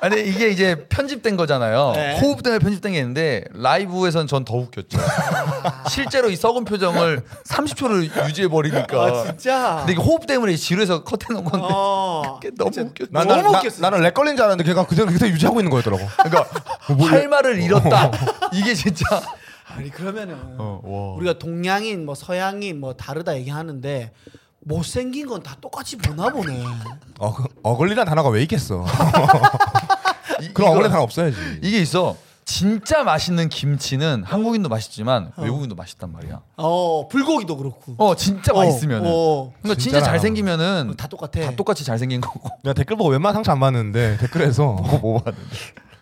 Speaker 3: 아니 이게 이제 편집된 거잖아요.
Speaker 1: 네.
Speaker 3: 호흡 때문에 편집된 게 있는데 라이브에선 전 더 웃겼죠.
Speaker 4: 아.
Speaker 3: 실제로 이 썩은 표정을 30초를 유지해 버리니까.
Speaker 1: 아 진짜.
Speaker 3: 그러니까. 근데 이게 호흡 때문에 지루해서 컷해 놓은 건데
Speaker 1: 어.
Speaker 3: 그게 너무 웃겼.
Speaker 4: 나,
Speaker 1: 너무
Speaker 4: 나, 나,
Speaker 1: 웃겼어.
Speaker 4: 나는 렉 걸린 줄 알았는데 걔가 그대로 그대로 유지하고 있는 거였더라고. 어, 뭐,
Speaker 3: 그러니까 할 말을 잃었다. 이게 진짜.
Speaker 1: 아니 그러면은
Speaker 3: 어.
Speaker 4: 어,
Speaker 1: 우리가 동양인 뭐 서양인 뭐 다르다 얘기하는데 못생긴 건 다 똑같이 보나 보네.
Speaker 4: 어, 그, 어글리란 단어가 왜 있겠어? 그럼
Speaker 3: 이거-
Speaker 4: 어글리 단어 없어야지.
Speaker 3: 이게 있어. 진짜 맛있는 김치는 한국인도 맛있지만 외국인도 맛있단 말이야.
Speaker 1: 어 불고기도 그렇고.
Speaker 3: 어 진짜
Speaker 1: 어,
Speaker 3: 맛있으면은.
Speaker 1: 어.
Speaker 3: 그러니까 진짜
Speaker 4: 진짜라.
Speaker 3: 잘생기면은
Speaker 1: 다 똑같아.
Speaker 3: 다 똑같이 잘생긴 거고.
Speaker 4: 내가 댓글 보고 웬만한 상처 안 받는데 댓글에서 뭐 받는데?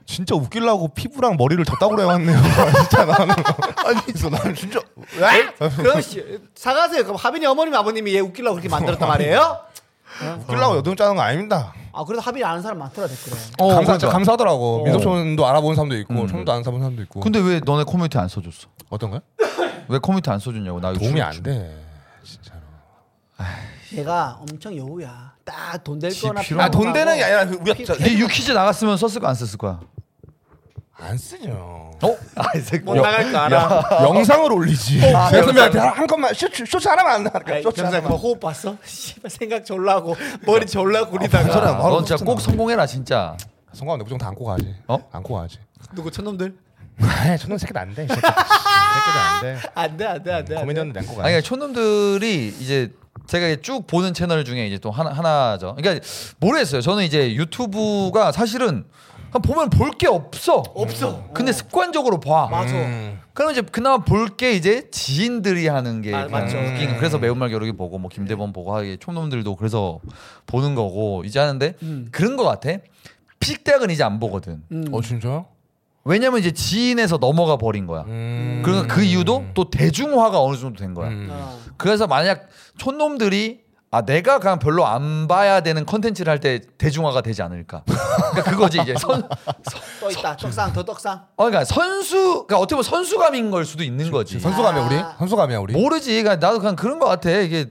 Speaker 4: 진짜 웃기려고 피부랑 머리를 졌다고 그래왔네요. 진짜 나는 아니 있어 나는 진짜
Speaker 3: 어.
Speaker 1: 그럼 씨, 사과하세요. 그럼 하빈이 어머님 아버님이 얘 웃기려고 그렇게 만들었단
Speaker 3: 어,
Speaker 1: 말이에요?
Speaker 4: 웃기려고 여동 짜는 거 아닙니다.
Speaker 1: 아 그래도 하빈이 아는 사람 많더라 댓글에.
Speaker 4: 어, 그렇죠. 감사
Speaker 3: 그러니까.
Speaker 4: 감사하더라고. 민속촌도 알아본 사람도 있고 청도 안 사본 사람도 있고.
Speaker 3: 근데 왜 너네 커뮤니티 안 써줬어?
Speaker 4: 어떤 거야?
Speaker 3: 왜 커뮤니티 안 써줬냐고 나 이거
Speaker 4: 도움이
Speaker 3: 주-
Speaker 4: 안 돼. 진짜로.
Speaker 1: 얘가 엄청 여우야. 딱 돈 될
Speaker 3: 지
Speaker 1: 거나
Speaker 3: 필요
Speaker 1: 필요
Speaker 4: 아 돈
Speaker 1: 없고
Speaker 4: 되는 게 아니라 그
Speaker 1: 피-
Speaker 4: 우리가
Speaker 3: 네 유퀴즈 나갔으면 썼을 거안 썼을 거야.
Speaker 4: 안 쓰죠.
Speaker 3: 어? 아이 새끼.
Speaker 1: 못 나갈 거 알아.
Speaker 4: 어. 영상을 올리지.
Speaker 3: 아,
Speaker 4: 선배한테 한, 한 건만 쇼츠, 쇼츠 하나만 안 나갈까?
Speaker 1: 아이,
Speaker 4: 쇼츠
Speaker 1: 병장 뭐
Speaker 4: 하나만.
Speaker 1: 호흡 봤어? 씨발 생각 졸라고 머리
Speaker 3: 아,
Speaker 1: 졸라
Speaker 3: 뭐
Speaker 1: 구리다가
Speaker 4: 소리야, 바로
Speaker 3: 넌 진짜 꼭 성공해라 진짜.
Speaker 4: 성공하면 무조건 다 안고 가지.
Speaker 3: 어?
Speaker 4: 안고 가지.
Speaker 1: 누구 천놈들?
Speaker 4: 아, 저놈 새끼도 안 돼. 이 새끼. 새끼도 안 돼.
Speaker 1: 안돼 안돼 안돼.
Speaker 4: 고민했는데 안고 가지.
Speaker 3: 아니 그러니까 촌놈들이 이제 제가 이게 쭉 보는 채널 중에 이제 또 하나 하나죠. 그러니까 모르겠어요. 저는 이제 유튜브가 사실은 그냥 보면 볼 게 없어.
Speaker 1: 없어.
Speaker 5: 음.
Speaker 1: 그
Speaker 3: 근데 습관적으로 봐.
Speaker 1: 맞아.
Speaker 3: 그럼 이제 그나마 볼 게 이제 지인들이 하는 게
Speaker 1: 아,
Speaker 3: 그냥
Speaker 1: 맞죠.
Speaker 3: 웃긴 거. 그래서 매운말 겨루기 보고 뭐 김대범 보고 하게 촌놈들도 그래서 보는 거고 이제 하는데
Speaker 1: 음.
Speaker 3: 그런 거 같아. 픽대학은 이제 안 보거든.
Speaker 1: 음.
Speaker 4: 어 진짜?
Speaker 3: 왜냐면 이제 지인에서 넘어가 버린 거야.
Speaker 4: 음.
Speaker 3: 그러니까 그 이유도 또 대중화가 어느 정도 된 거야.
Speaker 4: 음.
Speaker 1: 어.
Speaker 3: 그래서 만약 촌놈들이 아 내가 그냥 별로 안 봐야 되는 컨텐츠를 할 때 대중화가 되지 않을까. 그러니까 그거지 이제 선
Speaker 1: 또 있다. 떡상 더 떡상.
Speaker 3: 어, 그러니까 선수 그러니까 어떻게 보면 선수감인 걸 수도 있는 거지.
Speaker 4: 선수감이야 음. 우리?
Speaker 1: 아.
Speaker 4: 선수감이야 우리?
Speaker 3: 모르지. 그러니까 나도 그냥 그런 거 같아. 이게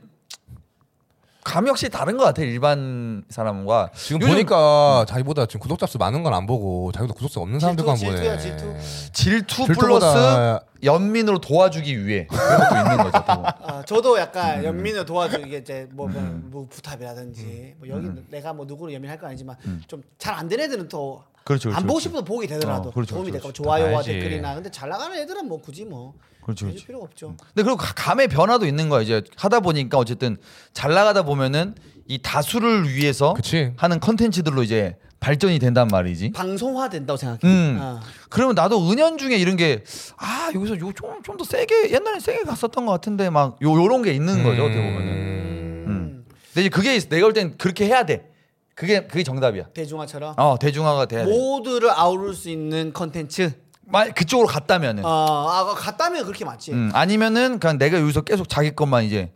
Speaker 3: 감 역시 다른 것 같아 일반 사람과
Speaker 4: 지금
Speaker 3: 요즘
Speaker 4: 보니까 자기보다 지금 구독자 수 많은 건 안 보고 자기도 구독자 없는 사람들만
Speaker 1: 질투,
Speaker 4: 보네.
Speaker 1: 질투야, 질투.
Speaker 3: 질투 플러스
Speaker 4: 질투보다-
Speaker 3: 연민으로 도와주기 위해 그런 것도 있는 거죠. 또.
Speaker 1: 아, 저도 약간
Speaker 5: 음.
Speaker 1: 연민을 도와주기 이제 뭐, 뭐, 뭐
Speaker 5: 음.
Speaker 1: 부탑이라든지 뭐 여기 내가 뭐 누구를 연민할 건 아니지만 좀 잘 안 된 애들은 더
Speaker 5: 그렇죠,
Speaker 1: 안
Speaker 5: 그렇죠,
Speaker 1: 보고 싶어도 보게 되더라도
Speaker 5: 어, 그렇죠,
Speaker 1: 도움이 될까
Speaker 5: 그렇죠.
Speaker 1: 좋아요와
Speaker 4: 다 알지.
Speaker 1: 댓글이나 근데 잘 나가는 애들은 뭐 굳이 뭐
Speaker 5: 그렇죠,
Speaker 1: 해줄
Speaker 5: 그렇죠.
Speaker 1: 필요가 없죠.
Speaker 3: 근데 그리고 가- 감의 변화도 있는 거야 이제 하다 보니까 어쨌든 잘 나가다 보면은 이 다수를 위해서
Speaker 4: 그치.
Speaker 3: 하는 컨텐츠들로 이제 발전이 된단
Speaker 5: 음.
Speaker 3: 말이지.
Speaker 1: 방송화 된다고 생각해.
Speaker 3: 음.
Speaker 1: 아.
Speaker 3: 그러면 나도 은연 중에 이런 게 아 여기서 요 좀 좀 더 세게 옛날에 세게 갔었던 것 같은데 막 요 요런 게 있는 거죠 어떻게 보면은. 음. 근데 이제 그게 있- 내가 볼 땐 그렇게 해야 돼. 그게 그게 정답이야.
Speaker 1: 대중화처럼
Speaker 5: 아,
Speaker 3: 어 대중화가
Speaker 5: 네,
Speaker 3: 돼야
Speaker 4: 뭐?
Speaker 3: 돼.
Speaker 1: 모두를 아우를 수 있는 컨텐츠.
Speaker 3: 만 그쪽으로 갔다면은.
Speaker 5: 네.
Speaker 1: 어, 아, 갔다면 그렇게
Speaker 4: 네.
Speaker 1: 맞지.
Speaker 3: 음, 아니면은 그냥 내가 여기서 계속 자기 것만 이제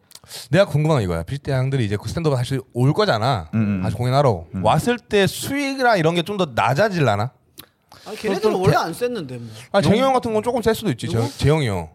Speaker 4: 내가 궁금한 건 이거야. 빅데이 양들이 이제 그 스탠드업 다시 올 거잖아.
Speaker 3: 음,
Speaker 4: 다시 공연하러
Speaker 2: 왔을 때 수익이나 이런 게 좀 더 낮아질라나?
Speaker 1: 아니, 걔네들은 원래 안 쐈는데 뭐
Speaker 4: 아 재영이 형 같은 건 조금 셀 수도 있지. 재- 재영이 형.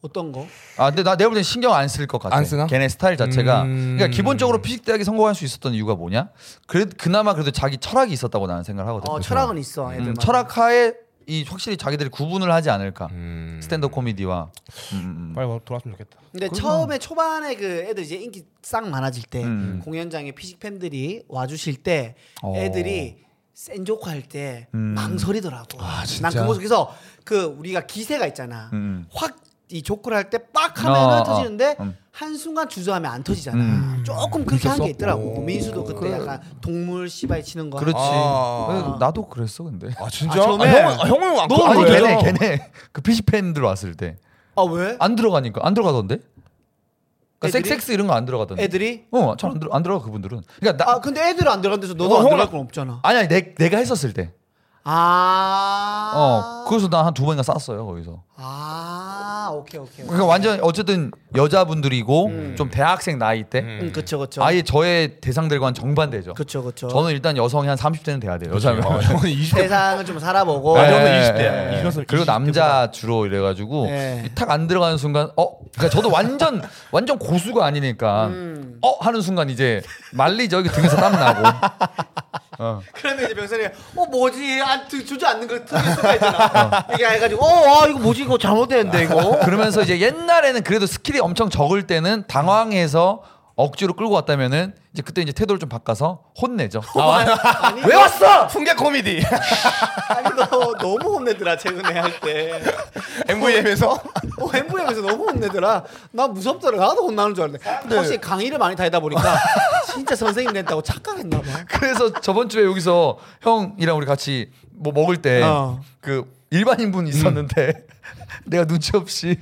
Speaker 1: 어떤 거?
Speaker 3: 아 근데 나 내가 볼땐 신경 안 쓸 것 같아.
Speaker 4: 안 쓰나?
Speaker 3: 걔네 스타일 자체가
Speaker 4: 음.
Speaker 3: 그러니까 기본적으로 피식대학이 성공할 수 있었던 이유가 뭐냐? 그래 그나마 그래도 자기 철학이 있었다고 나는 생각을 하거든.
Speaker 1: 어, 철학은 있어. 애들만.
Speaker 3: 음. 철학하에 이 확실히 자기들이 구분을 하지 않을까.
Speaker 4: 음.
Speaker 3: 스탠드 코미디와 음, 음.
Speaker 4: 빨리 돌아왔으면 좋겠다.
Speaker 1: 근데 처음에 초반에 그 애들 이제 인기 싹 많아질 때
Speaker 3: 음.
Speaker 1: 공연장에 피식 팬들이 와주실 때
Speaker 3: 어.
Speaker 1: 애들이 센 조크 할 때
Speaker 3: 음. 아,
Speaker 1: 망설이더라고.
Speaker 4: 진짜?
Speaker 1: 난그 모습에서 그 우리가 기세가 있잖아.
Speaker 3: 음.
Speaker 1: 확 이 조크를 할 때 빡 하면
Speaker 3: 어, 어.
Speaker 1: 터지는데
Speaker 3: 음.
Speaker 1: 한 순간 주저하면 안 터지잖아.
Speaker 3: 음.
Speaker 1: 조금 그렇게 한 게
Speaker 4: 있었어?
Speaker 1: 있더라고. 뭐
Speaker 4: 오.
Speaker 1: 민수도 그때
Speaker 3: 그래.
Speaker 1: 약간 동물 씨발 치는 거.
Speaker 3: 그렇지.
Speaker 4: 아.
Speaker 3: 그래서 나도 그랬어 근데.
Speaker 4: 아 진짜?
Speaker 1: 아, 처음에?
Speaker 4: 형은 아, 형은 안
Speaker 1: 너는
Speaker 3: 아니
Speaker 1: 왜?
Speaker 3: 걔네 걔네 그 피식 팬들 왔을 때 안
Speaker 1: 아 왜?
Speaker 3: 들어가니까 안 들어가던데. 그러니까
Speaker 1: 애들이?
Speaker 3: 섹- 섹스 이런 거 안 들어가던데.
Speaker 1: 애들이?
Speaker 3: 어, 잘 안 들어 안 들어가 그분들은. 그러니까 나
Speaker 1: 아 근데 애들 안 들어간 데서 너도
Speaker 4: 어,
Speaker 1: 안
Speaker 4: 형은
Speaker 1: 들어갈 건 없잖아.
Speaker 3: 아니 아니 내, 내가 했었을 때.
Speaker 1: 아.
Speaker 3: 어 그래서 나 한 두 번인가 쌌어요 거기서
Speaker 1: 아 오케이 오케이.
Speaker 3: 그러니까 완전 어쨌든 여자분들이고
Speaker 2: 음.
Speaker 3: 좀 대학생 나이 때
Speaker 1: 음, 그쵸 그쵸.
Speaker 3: 아예 저의 대상들과는 정반대죠
Speaker 1: 그쵸 그쵸.
Speaker 3: 저는 일단 여성이 한 30대는 돼야 돼요 여자면
Speaker 4: 아, 형은 20대
Speaker 1: 세상을 좀 살아보고. 네.
Speaker 2: 아,
Speaker 3: 예,
Speaker 2: 저는
Speaker 3: 예,
Speaker 2: 20대
Speaker 3: 예.
Speaker 2: 야. 이래서
Speaker 3: 그리고
Speaker 2: 20대 보다. 네.
Speaker 3: 남자 주로 이래가지고
Speaker 1: 예.
Speaker 3: 탁 안 들어가는 순간 어 그러니까 저도 완전 완전 고수가 아니니까 어 하는 순간 이제 말리죠 여기 등에서 땀 나고
Speaker 1: 그러면 이제 병선이가 어 뭐지 안 주- 주저앉는 거 틀릴 수가 있잖아.
Speaker 3: 어.
Speaker 1: 이게 해가지고 어아 이거 뭐지 이거 잘못됐는데 이거.
Speaker 3: 그러면서 이제 옛날에는 그래도 스킬이 엄청 적을 때는 당황해서 억지로 끌고 왔다면은 이제 그때 이제 태도를 좀 바꿔서 혼내죠.
Speaker 1: 아니,
Speaker 3: 왜 왔어?
Speaker 2: 풍계 코미디
Speaker 3: 네.
Speaker 1: 아니 너 너무 혼내더라 최근에 할 때.
Speaker 2: MVM에서
Speaker 1: 어 엠브엠에서 너무 혼내더라. 나 무섭더라. 나도 혼나는 줄 알았는데. 확실히 강의를 많이 다니다 보니까 진짜 선생님 됐다고 착각했나 봐.
Speaker 3: 그래서 저번 주에 여기서 형이랑 우리 같이 뭐 먹을 때 그
Speaker 1: 어.
Speaker 3: 일반인 분 있었는데 내가 눈치 없이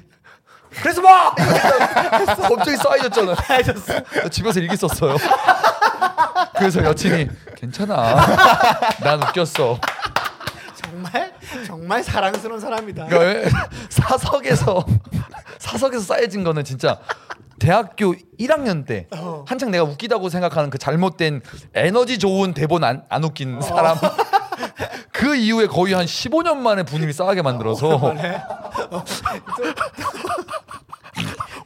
Speaker 3: 그래서 뭐 이러면서 갑자기 쌓여졌잖아. 쌓여졌어. 집에서 일기 썼어요. 그래서 여친이 괜찮아. 난 웃겼어.
Speaker 1: 정말 정말 사랑스러운 사람이다.
Speaker 3: 그러니까 왜 사석에서 사석에서 쌓여진 거는 진짜 대학교 1학년 때 한창 내가 웃기다고 생각하는 그 잘못된 에너지 좋은 대본 안, 안 웃긴 사람 그 이후에 거의 한 15년 만에 분위기 싸하게 만들어서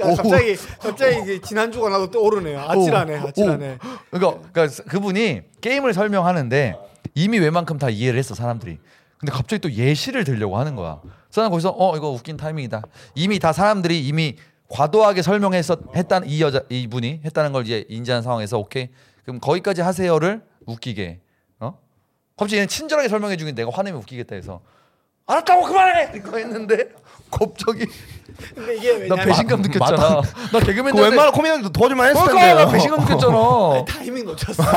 Speaker 1: 야,
Speaker 3: 어.
Speaker 1: 갑자기 갑자기 이게 지난주가 나도 떠오르네요. 아찔하네,
Speaker 3: 오,
Speaker 1: 아찔하네.
Speaker 3: 오. 그러니까, 그러니까 그분이 게임을 설명하는데 이미 웬만큼 다 이해를 했어 사람들이. 근데 갑자기 또 예시를 들려고 하는 거야. 그래서 난 거기서 어 이거 웃긴 타이밍이다. 이미 다 사람들이 이미 과도하게 설명했었 했다는 이 여자 이분이 했다는 걸 이제 인지한 상황에서 오케이 그럼 거기까지 하세요를 웃기게 어 갑자기 얘는 친절하게 설명해 주긴 내가 화내면 웃기겠다 해서 알았다고 그만해 이거 했는데 갑자기
Speaker 1: 근데 이게
Speaker 3: 나
Speaker 1: 왜냐면
Speaker 3: 배신감 느꼈잖아 나 개그맨
Speaker 2: 음, 그 웬만한 코미디언도 도와줄만 했을 텐데
Speaker 3: 그러니까 나
Speaker 4: 어.
Speaker 3: 배신감 느꼈잖아
Speaker 1: 타이밍 놓쳤어.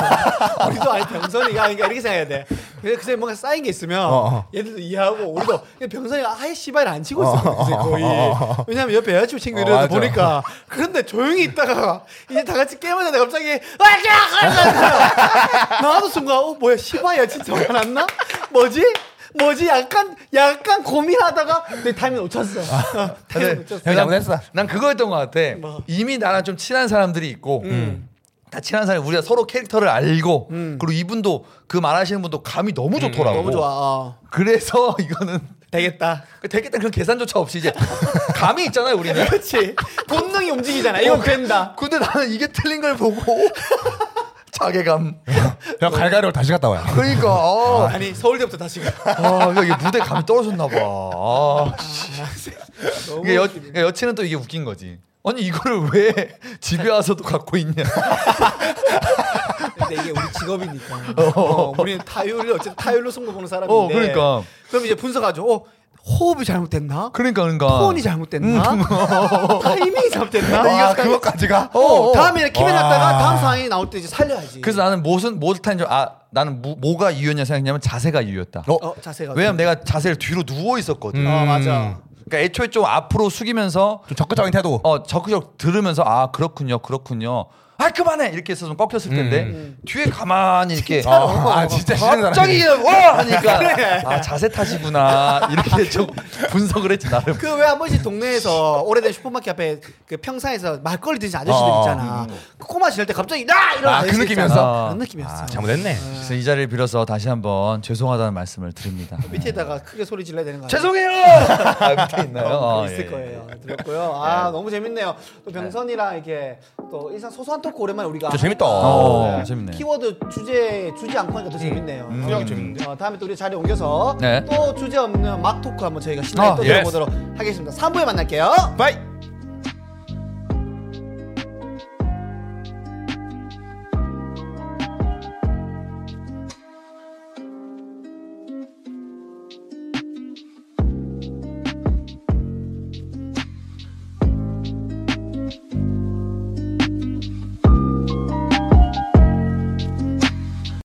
Speaker 1: 우리도 아니 병선이가 그러니까 이렇게 생각해야 돼. 근데 그 사람이 뭔가 쌓인 게 있으면 얘들도 이해하고 우리도 그냥 병선이가 아예 씨발 안 치고 어. 있어. 어, 그치, 거의. 왜냐면 옆에 여자친구 친구 이러다
Speaker 2: 맞아.
Speaker 1: 보니까 그런데 조용히 있다가 이제 다 같이 게임하는데 갑자기 와야야야야 나도 순간 어 뭐야 씨발 여친 전화 났나? 뭐지? 뭐지 약간 약간 고민하다가 내 타이밍 놓쳤어. 어, 타이밍 놓쳤어.
Speaker 4: 형이 잘못했어.
Speaker 3: 난 그거였던 것 같아.
Speaker 1: 뭐. 음.
Speaker 3: 이미 나랑 좀 친한 사람들이 있고 다 친한 사람이 우리가 서로 캐릭터를 알고 그리고 이분도 그 말하시는 분도 감이 너무 좋더라고.
Speaker 1: 음. 너무 좋아. 어.
Speaker 3: 그래서 이거는
Speaker 1: 되겠다.
Speaker 3: 되겠다 그런 계산조차 없이 이제 감이 있잖아요 우리는.
Speaker 1: 그렇지. 본능이 움직이잖아. 이거 된다.
Speaker 3: 근데 나는 이게 틀린 걸 보고 자괴감.
Speaker 4: 그냥 갈갈이로 다시 갔다 와요.
Speaker 3: 그러니까 아,
Speaker 1: 아니 서울대부터 다시 가.
Speaker 3: 아, 야, 이게 무대 감이 떨어졌나 봐. 아, 씨.
Speaker 1: 너무
Speaker 3: 이게 여,
Speaker 1: 웃기네.
Speaker 3: 그러니까 여친은 또 이게 웃긴 거지. 아니 이거를 왜 집에 와서도 갖고 있냐?
Speaker 1: 근데 이게 우리 직업이니까. 어, 우리는 타율을 어쨌든 타율로 승부 보는 사람인데.
Speaker 3: 어, 그러니까.
Speaker 1: 그럼 이제 분석하죠. 어, 호흡이 잘못됐나?
Speaker 3: 그러니까 그러니까.
Speaker 1: 톤이 잘못됐나? 타이밍이 잘못됐나?
Speaker 3: 아,
Speaker 4: 와,
Speaker 1: 아, 이거
Speaker 4: 그것까지가?
Speaker 1: 어, 어. 다음에 키면
Speaker 4: 와.
Speaker 1: 났다가 다음 상황이 나올 때 이제 살려야지.
Speaker 3: 그래서 나는 무슨 무엇을 타는 줄 아 나는 무, 뭐가 이유였냐 생각했냐면 자세가 이유였다.
Speaker 1: 어, 자세가.
Speaker 3: 왜냐면 음. 내가 자세를 뒤로 누워 있었거든.
Speaker 1: 아 맞아.
Speaker 3: 그러니까 애초에 좀 앞으로 숙이면서
Speaker 4: 좀 적극적인 태도.
Speaker 3: 어 적극적 들으면서 아 그렇군요 그렇군요 아 그만해 이렇게 해서 좀
Speaker 1: 음.
Speaker 3: 꺾였을 텐데 뒤에 가만히 이렇게 어.
Speaker 4: 아, 아, 진짜 싫은 사람.
Speaker 3: 갑자기 와 하니까 아 자세 탓이구나 이렇게 좀 분석을 했지 나름
Speaker 1: 그 왜 한 번씩 동네에서 오래된 슈퍼마켓 앞에 그 평상에서 막걸리 드신 아저씨들
Speaker 4: 어,
Speaker 1: 있잖아. 그 꼬마 지날 때 갑자기 나 이런
Speaker 4: 아, 그
Speaker 1: 아저씨
Speaker 4: 느낌이었어?
Speaker 1: 있잖아. 그런
Speaker 4: 아,
Speaker 1: 느낌이었어.
Speaker 4: 잘못했네.
Speaker 3: 그래서 이 자리를 빌어서 다시 한번 죄송하다는 말씀을 드립니다
Speaker 1: 밑에다가 크게 소리 질러야 되는 거 아니야?
Speaker 3: 죄송해요 아, 밑에 있나요
Speaker 1: 어,
Speaker 3: 어,
Speaker 1: 있을
Speaker 3: 예, 예.
Speaker 1: 거예요. 들었고요. 아 너무 재밌네요. 또 병선이랑 이렇게 또 일상 소소한 토크 오랜만에 우리가
Speaker 4: 진짜 재밌다.
Speaker 3: 어, 재밌네. 음,
Speaker 1: 키워드 주제 주지 않고 하니까 더 재밌네요.
Speaker 4: 분명히 재밌는데.
Speaker 1: 어, 다음에 또 우리 자리 옮겨서
Speaker 3: 네.
Speaker 1: 또 주제 없는 막 토크 한번 저희가 신나게
Speaker 3: 아,
Speaker 1: 또
Speaker 4: 예스.
Speaker 1: 들어보도록 하겠습니다. 3부에 만날게요.
Speaker 4: 바이.